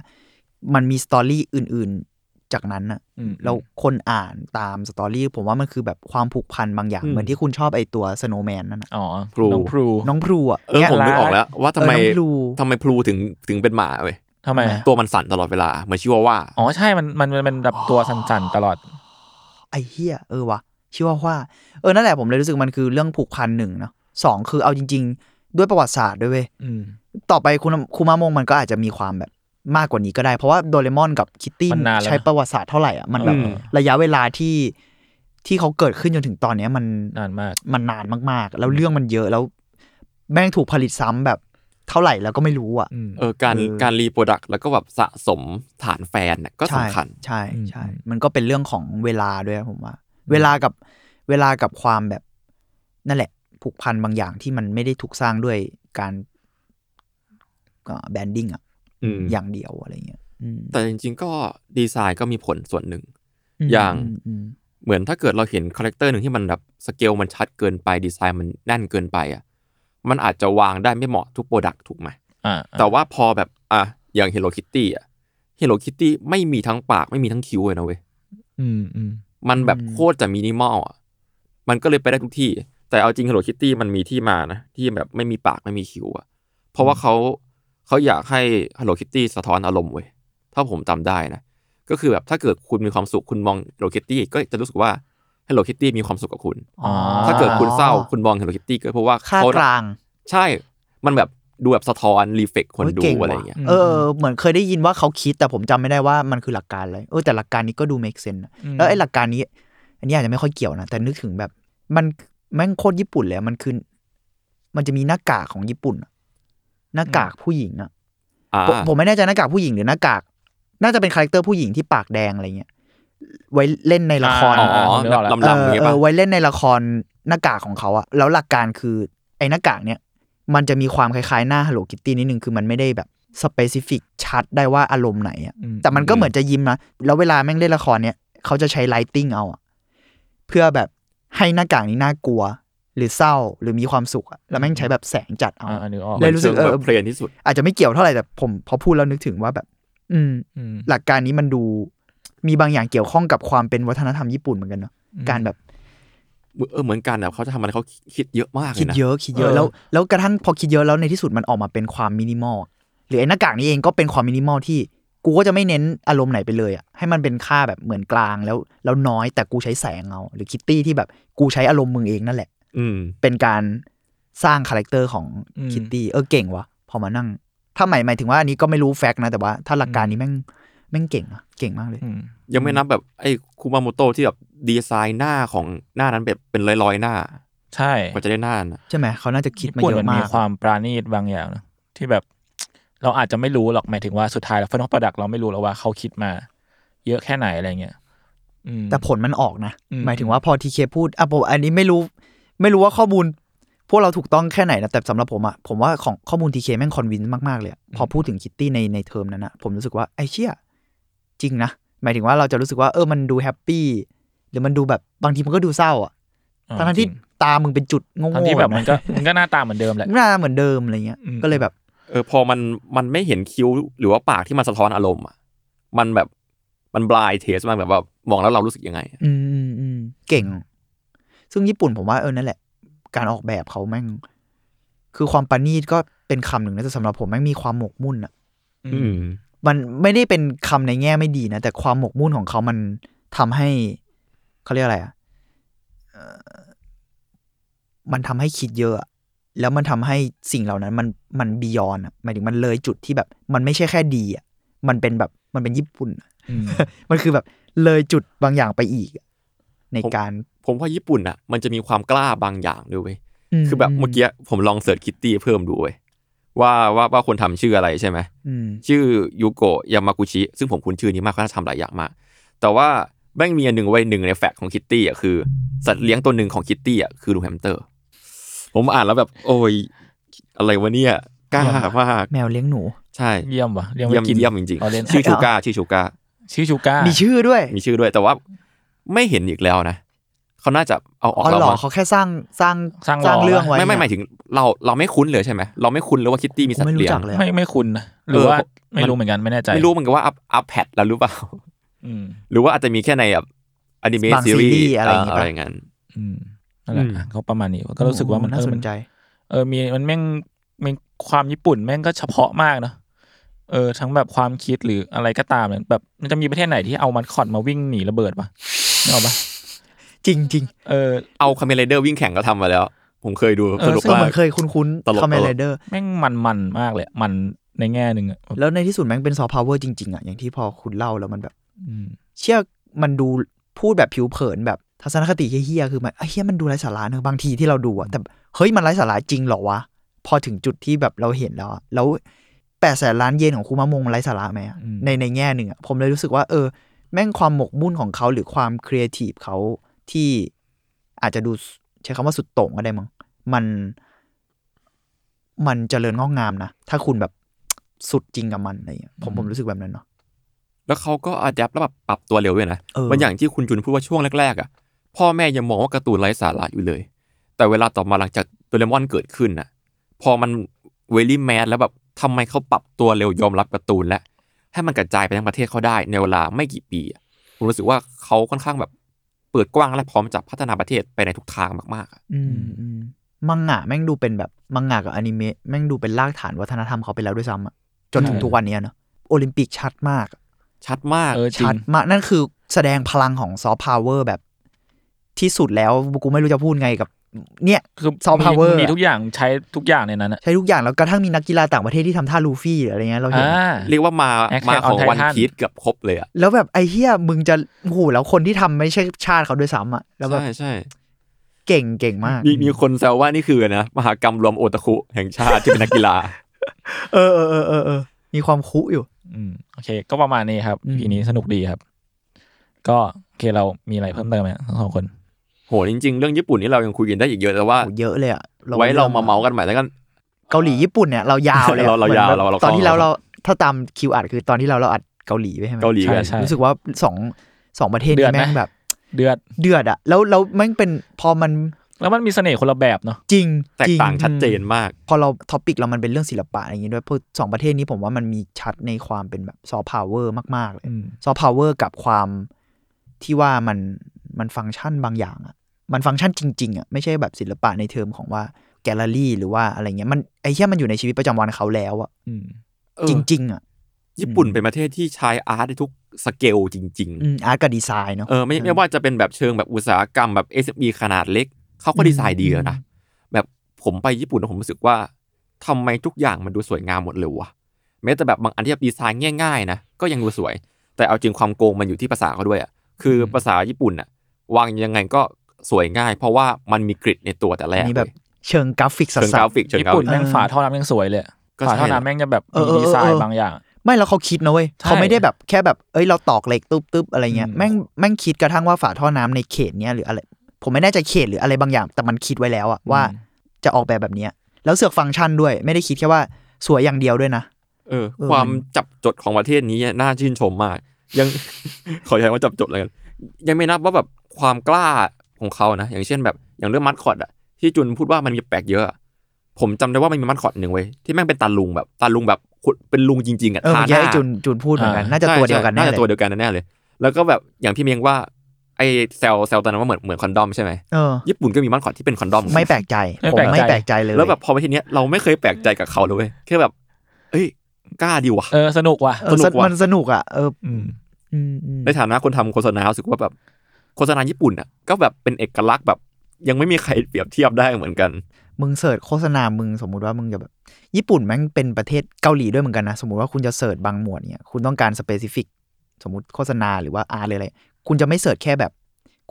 มันมีสตอรี่อื่น ๆ จากนั้นน่ะ อืม แล้วคนอ่านตามสตอรี่ผมว่ามันคือแบบความผูกพันบางอย่าง อืม เหมือนที่คุณชอบไอตัวสโนแมนนั่นน่ะ อ๋อน้องพลู น้องพลูอ่ะ เออผมนึกออกแล้ว ว่าทำไม เออน้องพลู ทำไมพลูถึงถึงเป็นหมาเว้ย ทำไม ตัวมันสั่นตลอดเวลาเหมือนชิวาว่า อ๋อใช่ มันมันมันมันแบบตัวสั่นๆตลอด ไอเฮียเออวะชื่อว่าว่า เออนั่นแหละผมเลยรู้สึกมันคือเรื่องผูกพันหนึ่งเนาะสองคือเอาจริง ๆ ด้วยประวัติศาสตร์ด้วยเว้ย อืม ต่อไปคุณคุมามงมันก็อาจจะมีความแบบมากกว่านี้ก็ได้ เพราะว่าโดเรมอนกับคิตตี้ มันนานแล้วนะ ใช้ประวัติศาสตร์เท่าไหร่อ่ะมันแบบ อืม ระยะเวลาที่ที่เขาเกิดขึ้นจนถึงตอนเนี้ยมัน นานมาก มันนานมากๆ แล้วเรื่องมันเยอะแล้วแม่งถูกผลิตซ้ำแบบเท่าไหร่แล้วก็ไม่รู้อ่ะ อืม เออการ เออ การรีโปรดักต์แล้วก็แบบสะสมฐานแฟนน่ะก็สำคัญ ใช่ใช่ใช่ อืม มันก็เป็นเรื่องของเวลาด้วยผมว่า เวลากับเวลากับความแบบนั่นแหละ ผูกพันบางอย่างที่มันไม่ได้ถูกสร้างด้วยการแบนดิ้งอ่ะ อืม อย่างเดียวอะไรเงี้ยอืม แต่จริงๆก็ดีไซน์ก็มีผลส่วนหนึ่ง อย่าง อืม เหมือนถ้าเกิดเราเห็นคาแรคเตอร์หนึ่งที่มันแบบสเกลมันชัดเกินไปดีไซน์มันแน่นเกินไปอ่ะมันอาจจะวางได้ไม่เหมาะทุกโปรดักต์ถูกไหม อ่า แต่ว่าพอแบบอ่ะอย่าง Hello Kitty อ่ะ Hello Kitty ไม่มีทั้งปากไม่มีทั้งคิ้วเลยนะเว้ย อืมอืม มันแบบโคตรจะมินิมอลอ่ะ มันก็เลยไปได้ทุกที่ แต่เอาจริง Hello Kitty มันมีที่มานะ ที่แบบไม่มีปากไม่มีคิ้วอ่ะ เพราะว่าเขาเขาอยากให้ Hello Kitty สะท้อนอารมณ์เว้ย ถ้าผมจำได้นะ ก็คือแบบถ้าเกิดคุณมีความสุขคุณมอง Hello Kitty ก็จะรู้สึกว่า Hello Kitty มีความสุขกับคุณ อ๋อ ถ้าเกิดคุณเศร้าคุณมอง Hello Kitty ก็เพราะว่า ค่า เข กลาง ใช่ มันแบบดูแบบสะท้อนรีเฟกคน โอ้ย ดู ก่ อะไร ว่ เงี้ย เออ เหมือนเคยได้ยินว่าเขาคิดแต่ผมจำไม่ได้ว่ามันคือหลักการอะไรเออแต่หลักการนี้ก็ดู make sense นะ อืม แล้วไอ้หลักการนี้ อันนี้อาจจะไม่ค่อยเกี่ยวนะ แต่นึกถึงแบบมันแม่งโคตรญี่ปุ่นเลยอะมันคือมันจะมีหน้ากากของญี่ปุ่นอะหน้ากากผู้หญิงอะ อ่า ผมผมไม่แน่ใจหน้ากากผู้หญิงหรือหน้ากาก น่าจะเป็นคาแรคเตอร์ผู้หญิงที่ปากแดงอะไรเงี้ยไว้เล่นในละคร อ่า อ๋อ นึกออกแล้ว ลำลำๆอย่าง เอ เงี้ อย เอ ป่ะ อไว้เล่นในละครหน้ากากของเขาอะแล้วหลักการคือไอ้หน้ากากเนี่ย มันจะมีความคล้ายๆหน้าฮัลโหลคิตตี้นิดนึง คือมันไม่ได้แบบสเปซิฟิกชัดได้ว่าอารมณ์ไหนอะ อืม แต่มันก็เหมือนจะยิ้มนะ แล้วเวลาแม่งเล่นละครเนี่ย เขาจะใช้ไลติ้งเอาอะเพื่อแบบให้หน้ากากนี้น่ากลัว หรือเศร้าหรือมีความสุขอะแล้วแม่งใช้แบบแสงจัดเอา อ่าอันนี้ออก เล มั ย น รู้สึ เชิ ก ง เออ แบบเพลนที่สุด อาจจะไม่เกี่ยวเท่าไหร่แต่ผมพอพูดแล้วนึกถึงว่าแบบ อืม อืม หลักการนี้มันดูมีบางอย่างเกี่ยวข้องกับความเป็นวัฒนธรรมญี่ปุ่นเหมือนกันเนาะการแบบ เออเหมือนกันแบบเขาจะทำอะไรเขาคิดเยอะมากเล คิ ย ด นะ เยอะคิดเยอะ เออ แล้วแล้วกระทั่งพอคิดเยอะแล้วในที่สุดมันออกมาเป็นความมินิมอลหรือไอ้หน้ากากนี้เองก็เป็นความมินิมอลที่กูก็จะไม่เน้นอารมณ์ไหนไปเลยอ่ะให้มันเป็นค่าแบบเหมือนกลางแล้วแล้วน้อยแต่กูใช้แสงเอาหรือคิตตี้ที่แบบกูใช้อารมณ์มึงเองนั่นแหละ อืม เป็นการสร้างคาแรคเตอร์ของ อืม คิตตี้เออเก่งวะพอมานั่ง ถ้าหมายหมายถึงว่าอันนี้ก็ไม่รู้แฟกต์นะแต่ว่าถ้าหลักการนี้แม่งแม่งเก่งอะเก่งมากเลย อืม ยังไม่นับแบบไอ้คูมาโมโตะที่แบบดีไซน์หน้าของหน้านั้นแบบเป็นร้อยร้อยๆหน้า ใช่ กว่าจะได้หน้านะ ใช่ไหมเขาน่าจะคิดมา ญี่ปุ่น เยอะ น มา มี ก ความปราณีตบางอย่างนะที่แบบ เราอาจจะไม่รู้หรอกหมายถึงว่าสุดท้ายแล้วฟนอประดักเราไม่รู้หรอกว่าเขาคิดมา เยอะแค่ไหนอะไรเงี้ยอืม แต่ผลมันออกนะ อืม หมายถึงว่าพอทีเคพูดอ่ะผมอันนี้ไม่รู้ ไม่รู้ว่าข้อมูล พวกเราถูกต้องแค่ไหนนะ แต่สำหรับผมอะผมว่าของข้อมูลทีเคแม่งคอนวินมากๆเลยอะพอพูดถึงคิตตี้ในในเทอมนั้นอะผมรู้สึกว่าไอ้เชี่ยจริงนะ หมายถึงว่าเราจะรู้สึกว่าเออมันดูแฮปปี้หรือมันดูแบบบางทีมันก็ดูเศร้าอะ อ่า ทั้งๆที่ จริง ตามึงเป็นจุดโงงๆ ทั้งที่แบบมันก็ ะ มันก็หน้าตาเหมือนเดิมแหละ หน้าเหมือนเดิมอะไรเงี้ย อืม ก็เลยแบบ เออพอมันมันไม่เห็นคิ้วหรือว่าปากที่มันสะท้อนอารมณ์อ่ะมันแบบมันบลายเทสมากแบบว่ามองแล้วเรารู้สึกยังไง อืมอืมอืมเก่ง ซึ่งญี่ปุ่นผมว่าเออนั่นแหละ การออกแบบเขาแม่ง คือความประณีตก็เป็นคำหนึ่งนะแต่สำหรับผมแม่งมีความหมกมุ่นอะ อืม มันไม่ได้เป็นคำในแง่ไม่ดีนะ แต่ความหมกมุ่นของเขามันทำให้เขาเรียกอะไรอะเอ่อมันทำให้คิดเยอะอะแล้วมันทำให้สิ่งเหล่านั้น มันมันบียอนอะหมายถึงมันเลยจุดที่แบบ มันไม่ใช่แค่ดีอะมันเป็นแบบมันเป็นญี่ปุ่นอะ อืม มันคือแบบเลยจุดบางอย่างไปอีก ใน ผม การ ผมว่าญี่ปุ่นอ่ะ มันจะมีความกล้าบางอย่างด้วยเว้ย ม คือแบบเมื่อกี้ผมลองเสิร์ชคิตตี้เพิ่มดูเว้ยว่าว่าว่าคนทำชื่ออะไรใช่ไหม อืม ชื่อยูโกะยามากุชิ ซึ่งผมคุ้นชื่อนี้มากเขาน่าจะทำหลายอย่างมาก แต่ว่าแม่งมีอันหนึ่งไว้ยหนึ่งในแฟกต์ของคิตตี้อ่ะคือ สัตว์เลี้ยงตัวหนึ่งของคิตตี้อ่ะคือลูกแฮมสเตอร์ ผมอ่านแล้วแบบ โอ้ย อะไรวะเนี่ยกล้ามาก แมวเลี้ยงหนู ใช่ เยี่ยมว่ะเยี่ยม เยี่ยม ไม่กิน เยี่ยมจริง อ๋อเล่น ๆชื่อชูก้าชื่อชูก้า ชื่อชูก้า มีชื่อด้วย มีชื่อด้วยแต่ว่าไม่เห็นอีกแล้วนะเขาน่าจะเอาอ อ๋ อก อ แล้ว เหรอ มั้ง เขาแค่สร้างสร้าง สร้าง สร้าง ล้ เรื่องไว้ ไม่ไม่ห เนี่ย มายถึงเราเราไม่คุ้นเลยใช่ไหมเราไม่คุ้นเลยว่าคิตตี้มีสัตว์เลี้ยง ผมไม่รู้จักเลย ไม่ไม่คุ้นนะหรือว่า เออ ไม่รู้เหมือนกันไม่แน่ใจ ไม่รู้เหมันก็ว่าอัพอัพแพดแล้วหรือเปล่า อืม หรือว่าอาจจะมีแค่ในแบบอนิเมะ บาง ซีรี ซีรี ส์ ส์อะไรอย่างงี้ เออ ปะ อะไรอย่างนั้น อืมนั่นแหละ อืม อ่ะก็ประมาณนี้ก็รู้สึกว่ามัน โอ้โหเออน่าส มัน ใจ เออมีมันแม่งมันความญี่ปุ่นแม่งก็เฉพาะมากเนาะเออทั้งแบบความคิดหรืออะไรก็ตามเนี่ยแบบมันจะมีประเทศไหนที่เอามัดคอดมาวิ่งหนีระเบิดปะนึกออกปะ จริงจริง เออ เอาคาเมเลเดอร์วิ่งแข่งก็ทำมาแล้ว ผมเคยดู เออ สนุก ซึ่ง มา มั ก นเคยคุ้น ตลก ๆคาเม ตลก เลเดอร์ แม่งมันมันๆมากเลยอะมันในแง่หนึ่งอะแบบ แล้วในที่สุดแม่งเป็นซอฟต์พาวเวอร์จริง ๆ อ่ะ อย่างที่พอคุณเล่าแล้วมันแบบ อืม เชื่อมันดูพูดแบบผิวเผินแบบทัศนคติเฮี้ยๆคือมันเอ้ยเฮี้ยมันดูไร้สาระเนอะบางทีที่เราดูอะแต่เฮ้ยมันไร้สาระจริงเหรอวะ พอถึงจุดที่แบบเราเห็นแล้วอะแล้วแปดแสนล้านเยนของคูมะมงมันไร้สาระไหมอะ อืม ในในแง่หนึ่งอะผมเลยรู้สึกว่าเออ แม่งความหมกมุ่นของเขาหรือความครีเอทีฟเขาที่อาจจะดูใช้คำว่าสุดโต่งก็ได้มั้งมัน มันเจริญงอกงามนะถ้าคุณแบบสุดจริงกับมันอะไรอย่างเงี้ยผมผมรู้สึกแบบนั้นเนาะ แล้วเขาก็อัดแอปแล้วแบบปรับตัวเร็วด้วยนะ เออ มันอย่างที่คุณจุนพูดว่าช่วงแรกๆอ่ะพ่อแม่ยังมองว่าการ์ตูนไร้สาระอยู่เลย แต่เวลาต่อมาหลังจากโดเรมอนเกิดขึ้นน่ะ พอมันเวลี่แมสแล้วแบบทำไมเขาปรับตัวเร็วยอมรับการ์ตูนและให้มันกระจายไปทั้งประเทศเขาได้ในเวลาไม่กี่ปีอะผมรู้สึกว่าเขาค่อนข้างแบบเปิดกว้างและพร้อมจะพัฒนาประเทศไปในทุกทางมากๆอะ อืมอืมมังงะแม่งดูเป็นแบบมังงะกับอนิเมะแม่งดูเป็นรากฐานวัฒนธรรมเขาไปแล้วด้วยซ้ำอะจนถึง ใช่ ทุกวันเนี้ยเนอะโอลิมปิกชัดมาก ชัดมาก เออจริ ชัด ง มาก นั่นคือแสดงพลังของซอฟต์พาวเวอร์แบบที่สุดแล้วกูไม่รู้จะพูดไงกับ เนี่ย คือ soft มี power มีทุกอย่างใช้ทุกอย่างในนั้นอะ ใช้ทุกอย่างแล้วกระทั่งมีนักกีฬาต่างประเทศที่ทำท่าลูฟี่หรืออะไรเงี้ยเราเห็น อ่า เรียกว่ามา Attack มาของ on Titan วันพีทเกือบครบเลยอ่ะ แล้วแบบไอ้เฮียมึงจะโอ้โหแล้วคนที่ทำไม่ใช่ชาติเขาด้วยซ้ำอะแล้วแบบ ใช่ใช่ เก่งเก่งมาก มีมีคนแซวว่านี่คือนะมหากรรมรวมโอตาคุแห่งชาติที่เป็นนักกีฬา เออเออเออเออเออมีความคุอยู่ อืมโอเค ก็ประมาณนี้ครับ อืม พีนี้สนุกดีครับ ก็โอเคเรามีอะไรเพิ่มเติมไหมทั้งสองคน โหจริงๆ เรื่องญี่ปุ่นนี่เรายังคุยกันได้อีกเยอะแต่ว่า โอ้โหเยอะเลยอะร ไว้เรามาเมาส์กันใหม่แล้วกัน เกาหลีญี่ปุ่นเนี่ยเรายาวเลยอะ เราเรายาว หมือนแบบ เราเรา ตอนที่ เรา เราเราถ้าตามคิวอัดคือตอนที่เราเราอัดเกาหลีไปใช่ไหม เกาหลีกัน ใช่ รู้สึกว่าสองสองประเทศ เดือดนี้นะ แม่งแบบ เดือด เดือดอะแล้วแล้วแม่งเป็นพอมัน แล้วมันมีเสน่ห์คนละแบบเนาะ จริง แตก จริง ต่างชัดเจนมาก พอเราท็อปิกเรามันเป็นเรื่องศิลปะอะไรอย่างงี้ด้วยพวกสองประเทศนี้ผมว่ามันมีชัดในความเป็นแบบซอฟต์พาวเวอร์มาก ๆ เลย อืม ซอฟต์พาวเวอร์กับความที่ว่ามันมันฟังก์ชันบางอย่างอะมันฟังก์ชันจริงๆอะไม่ใช่แบบศิลปะในเทอมของว่าแกลเลอรี่หรือว่าอะไรเงี้ยมันไอ้เหี้ยมันอยู่ในชีวิตประจำวันเขาแล้วอะ อืม เออ จริง ๆอะ ญี่ปุ่นเป็นประเทศที่ใช้อาร์ตในทุกสเกลจริง อืมอาร์ตกับดีไซน์เนาะ ๆ เออไม่ไม่ว่าจะเป็นแบบเชิงแบบอุตสาหกรรมแบบ SME ขนาดเล็ก เขาก็ดีไซน์ดีแล้วนะ แบบผมไปญี่ปุ่นแล้วผมรู้สึกว่าทำไมทุกอย่างมันดูสวยงามหมดเลยวะแม้แต่แบบบางอันที่แบบดีไซน์ง่ายๆนะก็ยังดูสวย แต่เอาจริงความโกงมันอยู่ที่ภาษาเขาด้วยอะคือภาษาญี่ปุ่นอะวางยังไงก็สวยง่าย เพราะว่ามันมีกริดในตัวแต่แรก นี่แบบ เว้ย เชิงกราฟิกสัส เชิงกราฟิกเชิง ญี่ กรา ปุ่น ฟิก แม่งฝาท่อน้ำยังสวยเลย ก็ใช่ ฝาท่อน้ำแม่งจะแบบ เออ มี เออ ดีไซ เอ น์ อ บางอย่าง ๆไม่แล้วเขาคิดนะเว้ย ใช่ เขาไม่ได้แบบแค่แบบเอ้ยเราตอกเหล็กตุ๊บๆอะไรเงี้ย อืม แม่งแม่งคิดกระทั่งว่าฝาท่อน้ำในเขตเนี้ยหรืออะไร ผมไม่แน่ใจเขตหรืออะไรบางอย่าง แต่มันคิดไว้แล้วอะว่าจะออกแบบแบบเนี้ยแล้วเสือกฟังก์ชันด้วย ไม่ได้คิดแค่ว่าสวยอย่างเดียวด้วยนะ เออ เออ ความ มัน จับจดของประเทศนี้น่าชื่นชมมาก ยัง ขอใช้คำว่าจับจดเลยกันยังไม่นับว่าแบบความกล้าของเขานะ อย่างเช่นแบบอย่างเรื่องมัดคอดอะที่จุนพูดว่ามันมีแปลกเยอะอะผมจำได้ว่ามันมีมัดคอดหนึ่งเว้ยที่แม่งเป็นตาลุงแบบตาลุงแบบขุดเป็นลุงจริงๆอะ เออ ทาหเมื่อกี้ น้า ไอ้จุนจุนพูดเหมือนกัน อ่า น่าจะ ใช่ ตัวเดียวกัน ใช่ แน่ น่า เล จะตัวย เดียวกันแน่เลย แล้วก็แบบอย่างพี่เมียงว่า ไอเซลเซลตอนนั้นว่าเหมือนเหมือนคอนดอมใช่ไหม เออ ญี่ปุ่นก็มีมัสคอตที่เป็นคอนดอม ไม่แปลกใจ ไม่ ผม แปลกใจ ไม่แปลกใจเลย แล้วแบบพอไปทีเนี้ยเราไม่เคยแปลกใจกับเขาเลยเว้ยแค่แบบ เอ้ยกล้าดีว่ะ เออสนุกว่ะ เออ สนุกว่ะ มันสนุกอ่ะเออ อืม อืมอืม ในฐานะคนทำโฆษณารู้สึกว่าแบบโฆษณาญี่ปุ่นอ่ะก็แบบเป็นเอกลักษณ์แบบ ยังไม่มีใครเปรียบเทียบได้เหมือนกัน มึงเสิร์ชโฆษณามึงสมมุติว่ามึงจะแบบญี่ปุ่นแม่งเป็นประเทศเกาหลีด้วยเหมือนกันนะ สมมุติว่าคุณจะเสิร์ชบางหมวดเนี่ยคุณต้องการสเปซิฟิกสมมติโฆษณาหรือว่าอาร์เลยอะไรคุณจะไม่เสิร์ชแค่แบบ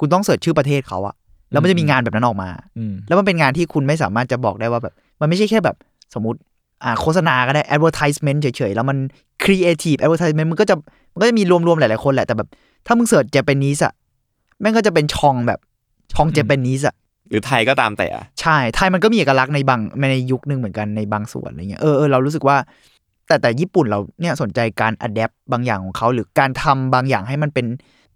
คุณต้องเสิร์ชชื่อประเทศเขาอะแล้วมันจะมีงานแบบนั้นออกมา อืม แล้วมันเป็นงานที่คุณไม่สามารถจะบอกได้ว่าแบบ มันไม่ใช่แค่แบบสมมติอ่าโฆษณาก็ได้ advertisement เฉยๆ แล้วมัน creative advertisement มันก็จะมันก็จะมีรวมๆ หลายๆ คนแหละ แต่แบบ ถ้ามึงเสิร์ช Japanese อะแม่งก็จะเป็นชองแบบชอง Japanese อะ หรือไทยก็ตามแต่อะ ใช่ ไทยมันก็มีเอกลักษณ์ในบางในยุคหนึ่งเหมือนกันในบางส่วนอะไรเงี้ยเออเออเรารู้สึกว่า แต่แต่ญี่ปุ่นเราเนี่ยสนใจการ adapt บางอย่างของเขา หรือการทำบางอย่างให้มันเป็น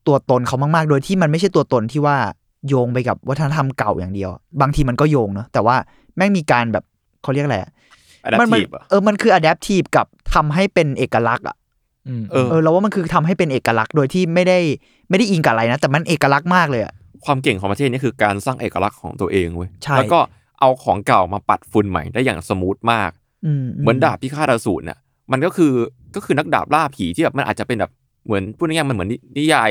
ตัวตนเขามากๆ โดยที่มันไม่ใช่ตัวตนที่ว่าโยงไปกับวัฒนธรรมเก่าอย่างเดียว บางทีมันก็โยงเนอะแต่ว่าแม่งมีการแบบเขาเรียกอะไรอะ อะดั มั พ มั ทีฟอะ เออมันคือ adaptive กับทำให้เป็นเอกลักษณ์อะ อืม เออ เออเราว่ามันคือทำให้เป็นเอกลักษณ์โดยที่ไม่ได้ไม่ได้อิงกับอะไรนะ แต่มันเอกลักษณ์มากเลยอะ ความเก่งของประเทศนี่คือการสร้างเอกลักษณ์ของตัวเองเว้ย ใช่ แล้วก็เอาของเก่ามาปัดฝุ่นใหม่ได้อย่างสมูทมาก อื เหมือนดาบพิฆาตอสูรน่ะ มันก็คือก็คือนักดาบล่าผีที่แบบมันอาจจะเป็นแบบเหมือนพูดง่ายๆมันเหมือนนินิยาย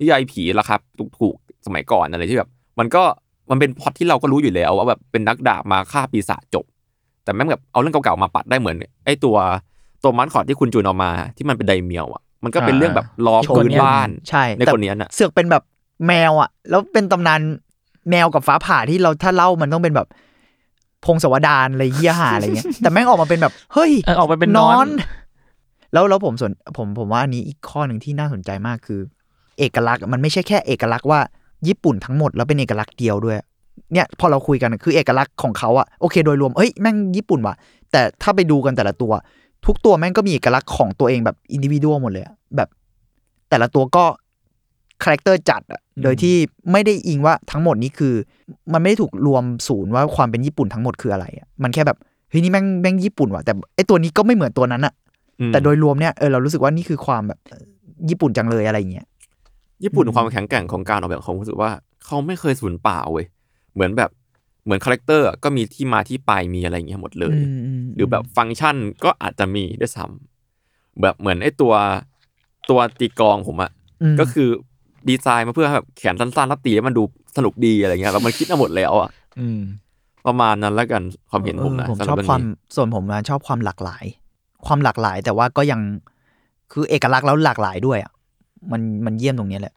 นิยายผีละครับถูกๆสมัยก่อนอะไรที่แบบ มันก็มันเป็นพล็อตที่เราก็รู้อยู่แล้วว่าแบบเป็นนักดาบมาฆ่าปีศาจจบ แต่แม่งแบบเอาเรื่องเก่าๆมาปัดได้เหมือนไอ้ตัวตัวมันขอดที่คุณจูนเออกมาที่มันเป็นไดเมียวอ่ะ มันก็เป็นเรื่องแบบล้อพื้นบ้าน ใช่ ใน แต่ คนเนี้ยน่ะ เสือกเป็นแบบแมวอะแล้วเป็นตำนานแมวกับฟ้าผ่าที่เราถ้าเล่ามันต้องเป็นแบบ พงศวดานอะไรเยี่ยหาอะไรเงี้ย แต่แม่งออกมาเป็นแบบ เฮ้ย เออออกไปเป็นนอน แล้วแล้วผมสนผมผมว่าอันนี้อีกข้อหนึ่งที่น่าสนใจมากคือ เอกลักษณ์มันไม่ใช่แค่เอกลักษณ์ว่าญี่ปุ่นทั้งหมดแล้วเป็นเอกลักษณ์เดียวด้วย เนี่ยพอเราคุยกันอะคือเอกลักษณ์ของเขาอะโอเคโดยรวมเอ้ยแม่งญี่ปุ่นว่ะ แต่ถ้าไปดูกันแต่ละตัว ทุกตัวแม่งก็มีเอกลักษณ์ของตัวเองแบบอินดิวิวดหมดเลยอะแบบ แต่ละตัวก็คาแรคเตอร์จัดอะโดยที่ไม่ได้อิงว่าทั้งหมดนี้คือ มันไม่ได้ถูกรวมศูนย์ว่าความเป็นญี่ปุ่นทั้งหมดคืออะไรอะมันแค่แบบเฮ้ยนี่แม่งแม่งญี่ปุ่นว่ะแต่ไอตัวนี้ก็ไม่เหมือนตัวนั้นอะ อืม แต่โดยรวมเนี่ยเออเรารู้สึกว่านี่คือความแบบญี่ปุ่นจังเลยอะไรอย่างเงี้ย ญี่ปุ่นความแข็งแกร่งของการออกแบบของผมรู้สึกว่าเขาไม่เคยสูญเปล่าเว้ยเหมือนแบบเหมือนคาแรคเตอร์ก็มีที่มาที่ไปมีอะไรอย่างเงี้ยหมดเลย อืมอืม หรือแบบฟังก์ชันก็อาจจะมีด้วยซ้ำแบบเหมือนไอ้ตัวตัวตีกลองผมอะ อืม ก็คือดีไซน์มาเพื่อให้แบบแขนสั้นๆแล้วตีแล้วมันดูสนุกดีอะไรเงี้ยแล้วมันคิดมาหมดแล้วอะ อืม ประมาณนั้นแล้วกันความเห็นผมนะ เออผม สำห ช รั อบ เรื่ง ความ นี้ ส่วนผมนะชอบความหลากหลาย ความหลากหลายแต่ว่าก็ยังคือเอกลักษณ์แล้วหลากหลายด้วยอ่ะมันมันเยี่ยมตรงเนี้ยแหละ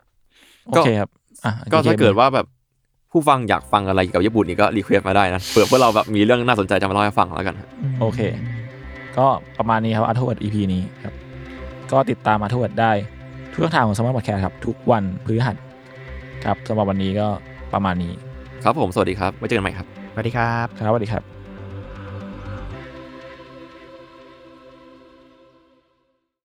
โอเคครับ อ่ะ ก็ถ้าเกิดว่าแบบผู้ฟังอยากฟังอะไรเกี่ยวกับญี่ปุ่นนี่ก็รีเควสต์มาได้นะเผื่อพวกเราแบบมีเรื่องน่าสนใจจะมาเล่าให้ฟังแล้วกัน โอเค ก็ประมาณนี้ครับอาร์ทเวิร์ด EP นี้ครับ ก็ติดตามอาร์ทเวิร์ดได้ ทุกช่องทางของสมาร์ทพอดแคสต์ครับ ทุกวันพฤหัสครับสำหรับวันนี้ก็ประมาณนี้ ครับผมสวัสดีครับไว้เจอกันใหม่ครับ สวัสดีครับ ครับสวัสดีครับ